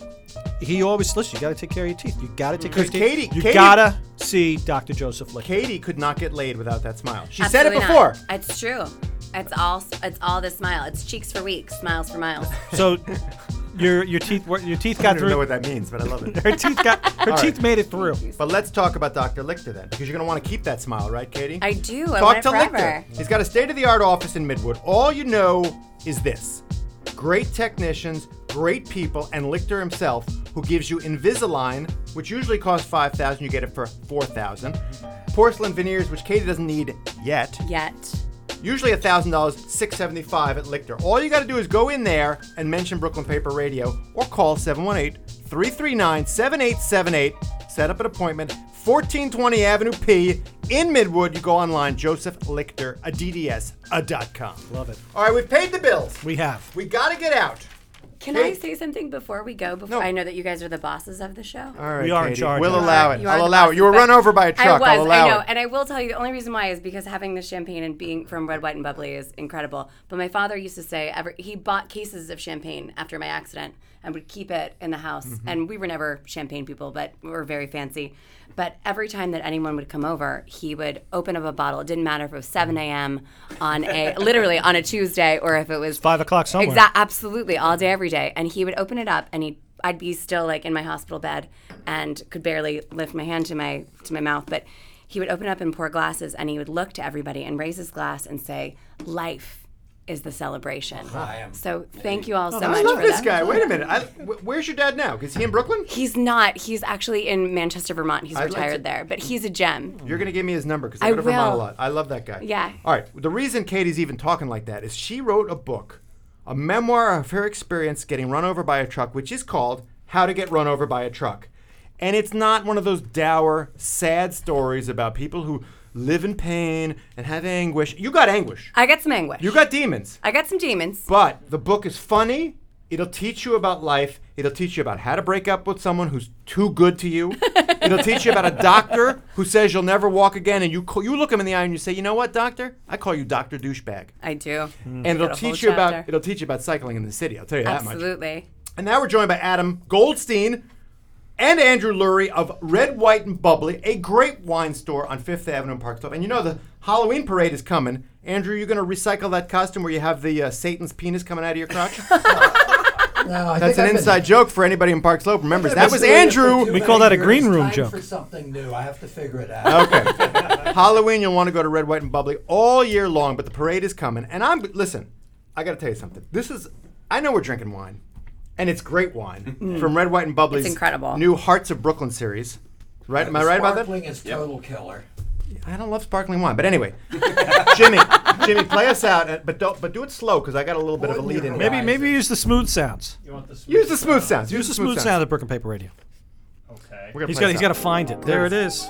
S1: he always listen. You got to take care of your teeth. You got to take care of your
S3: Because
S1: teeth.
S3: Katie-
S1: you
S3: Katie-
S1: gotta see Dr. Joseph Lichter.
S3: Katie could not get laid without that smile. She said it
S2: Absolutely
S3: before.
S2: not. It's true. It's all it's all the smile. It's cheeks for weeks, smiles for miles.
S1: So your your teeth were- your teeth
S3: I
S1: got
S3: don't even know
S1: through.
S3: what that means, but I love it.
S1: Her teeth got her
S3: right.
S1: teeth made it through.
S3: but let's talk about Dr. Lichter then, because you're going to want to keep that smile, right, Katie?
S2: I do. I want
S3: Talk
S2: it
S3: to
S2: forever.
S3: Lichter. He's got a state of the art office in Midwood. All you know is this great technicians, great people, and Lichter himself, who gives you Invisalign, which usually costs 5000 You get it for 4000 Porcelain veneers, which Katie doesn't need yet.
S2: Yet.
S3: You usually $1,000, $675 at Lichter. All you got to do is go in there and mention Brooklyn Paper Radio or call 718 339 7878. Set up an appointment, 1420 Avenue P in Midwood. You go online, Joseph Lichter, a DDS, a dot com.
S1: Love it.
S3: All right, we've paid the bills.
S1: We have.
S3: We got to get out.
S2: Can
S3: Hey.
S2: I say something before we go? Before
S3: No.
S2: I know that you guys are the bosses of the show.
S3: All right,
S1: We are in
S3: Katie.
S1: charge
S3: We'll
S1: now.
S3: allow it.
S2: You are
S3: I'll
S2: the
S3: allow it.
S2: bosses,
S3: You were
S2: but
S3: run over by a
S2: I
S3: truck.
S2: was.
S3: I'll allow
S2: I know,
S3: it.
S2: and I will tell you the only reason why is because having the champagne and being from Red, White, and Bubbly is incredible. But my father used to say every, he bought cases of champagne after my accident and would keep it in the house.
S3: Mm-hmm.
S2: And we were never champagne people, but we were very fancy. But every time that anyone would come over, he would open up a bottle. It didn't matter if it was 7 a.m. on a literally on a Tuesday or if it was
S1: Five o'clock
S3: Oh,
S1: somewhere.
S2: Exactly, absolutely, all day, every day. And he would open it up, and he, I'd be still like in my hospital bed, and could barely lift my hand to my to my mouth. But he would open up and pour glasses, and he would look to everybody and raise his glass and say, "Life is the celebration." So thank you all so
S3: Oh, I
S2: much
S3: love
S2: for
S3: this
S2: that.
S3: guy. Wait a minute. I, wh- where's your dad now? Is he in Brooklyn?
S2: He's not. He's actually in Manchester, Vermont. He's
S3: I'd like
S2: retired
S3: to-
S2: there, but he's a gem.
S3: You're gonna give me his number because
S2: I
S3: I go to Vermont a
S2: will.
S3: lot. I love that guy.
S2: Yeah.
S3: All right. The reason Katie's even talking like that is she wrote a book, a memoir of her experience getting run over by a truck, which is called "How to Get Run Over by a Truck," and it's not one of those dour, sad stories about people who live in pain and have anguish. You got anguish.
S2: I got some anguish.
S3: You got demons.
S2: I got some demons.
S3: But the book is funny. It'll teach you about life. It'll teach you about how to break up with someone who's too good to you. It'll teach you about a doctor who says you'll never walk again, and you call, you look him in the eye and you say, "You know what, doctor? I call you Doctor Douchebag."
S2: I do.
S3: And it'll
S2: Got a whole
S3: teach you about
S2: chapter.
S3: it'll teach you about cycling in the city. I'll tell you that much.
S2: Absolutely.
S3: And now we're joined by Adam Goldstein and Andrew Lurie of Red, White, and Bubbly, a great wine store on Fifth Avenue in Park Slope. And you know the Halloween parade is coming. Andrew, you going to recycle that costume where you have the uh, Satan's penis coming out of your crotch?
S5: No, I
S3: That's
S5: think
S3: an
S5: I've been-
S3: inside joke for anybody in Park Slope. Remember,
S5: I've
S3: that
S5: been
S3: was
S5: doing it for
S3: Andrew.
S5: too
S1: We
S5: many
S1: call that a
S5: years.
S1: green room
S5: Time
S1: joke.
S5: For something new, I have to figure it out.
S3: Okay. Halloween, you'll want to go to Red, White, and Bubbly all year long, but the parade is coming. And I'm listen. I got to tell you something. This is. I know we're drinking wine, and it's great wine from Red, White, and Bubbly's
S2: Mm-hmm. It's incredible.
S3: new Hearts of Brooklyn series. Right? Am I right about that?
S5: Sparkling is total killer.
S3: I don't love sparkling wine, but anyway, Jimmy, Jimmy, play us out, uh, but don't, but do it slow because I got a little
S1: Oh,
S3: bit of a lead in.
S1: Maybe maybe use the smooth sounds.
S6: You want the smooth
S3: use the smooth sounds.
S1: Use the smooth sound of Brooklyn Paper Radio.
S6: Okay.
S3: We're gonna
S1: He's
S3: play
S1: got
S3: us
S1: he's
S3: out.
S1: got to find it. There it is.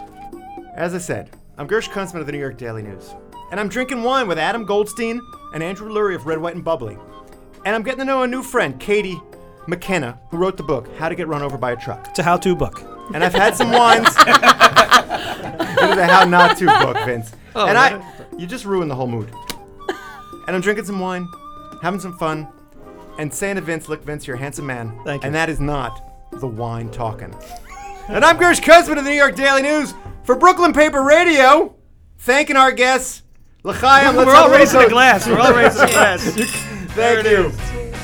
S3: As I said, I'm Gersh Kunstman of the New York Daily News, and I'm drinking wine with Adam Goldstein and Andrew Lurie of Red, White, and Bubbly. And I'm getting to know a new friend, Katie McKenna, who wrote the book, How to Get Run Over by a Truck.
S1: It's a how-to book.
S3: And I've had some wines. it was a How Not To book, Vince.
S1: Oh,
S3: and I, you just ruined the whole mood. And I'm drinking some wine, having some fun, and saying to Vince, look, Vince, you're a handsome man.
S1: Thank you.
S3: And that is not the wine talking. And I'm Gersh Cusman of the New York Daily News for Brooklyn Paper Radio, thanking our guests. L'chaim, let's
S1: We're all
S3: have a
S1: raising a
S3: little-
S1: glass. We're all raising a glass.
S3: Thank you.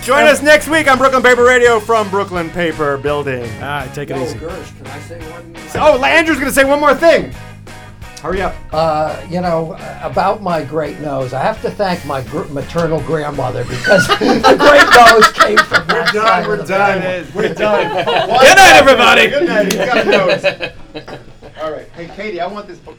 S3: Join us next week on Brooklyn Paper Radio from Brooklyn Paper Building.
S1: All right, take it
S5: Oh,
S1: easy.
S5: Gersh, can I say one?
S3: Oh, Andrew's going to say one more thing. Hurry up.
S5: Uh, you know, uh, about my great nose, I have to thank my gr- maternal grandmother because the great nose came from that side of the family.
S3: We're done.
S1: Good night, everybody.
S3: Good night. He's got a nose. All right. Hey, Katie, I want this book.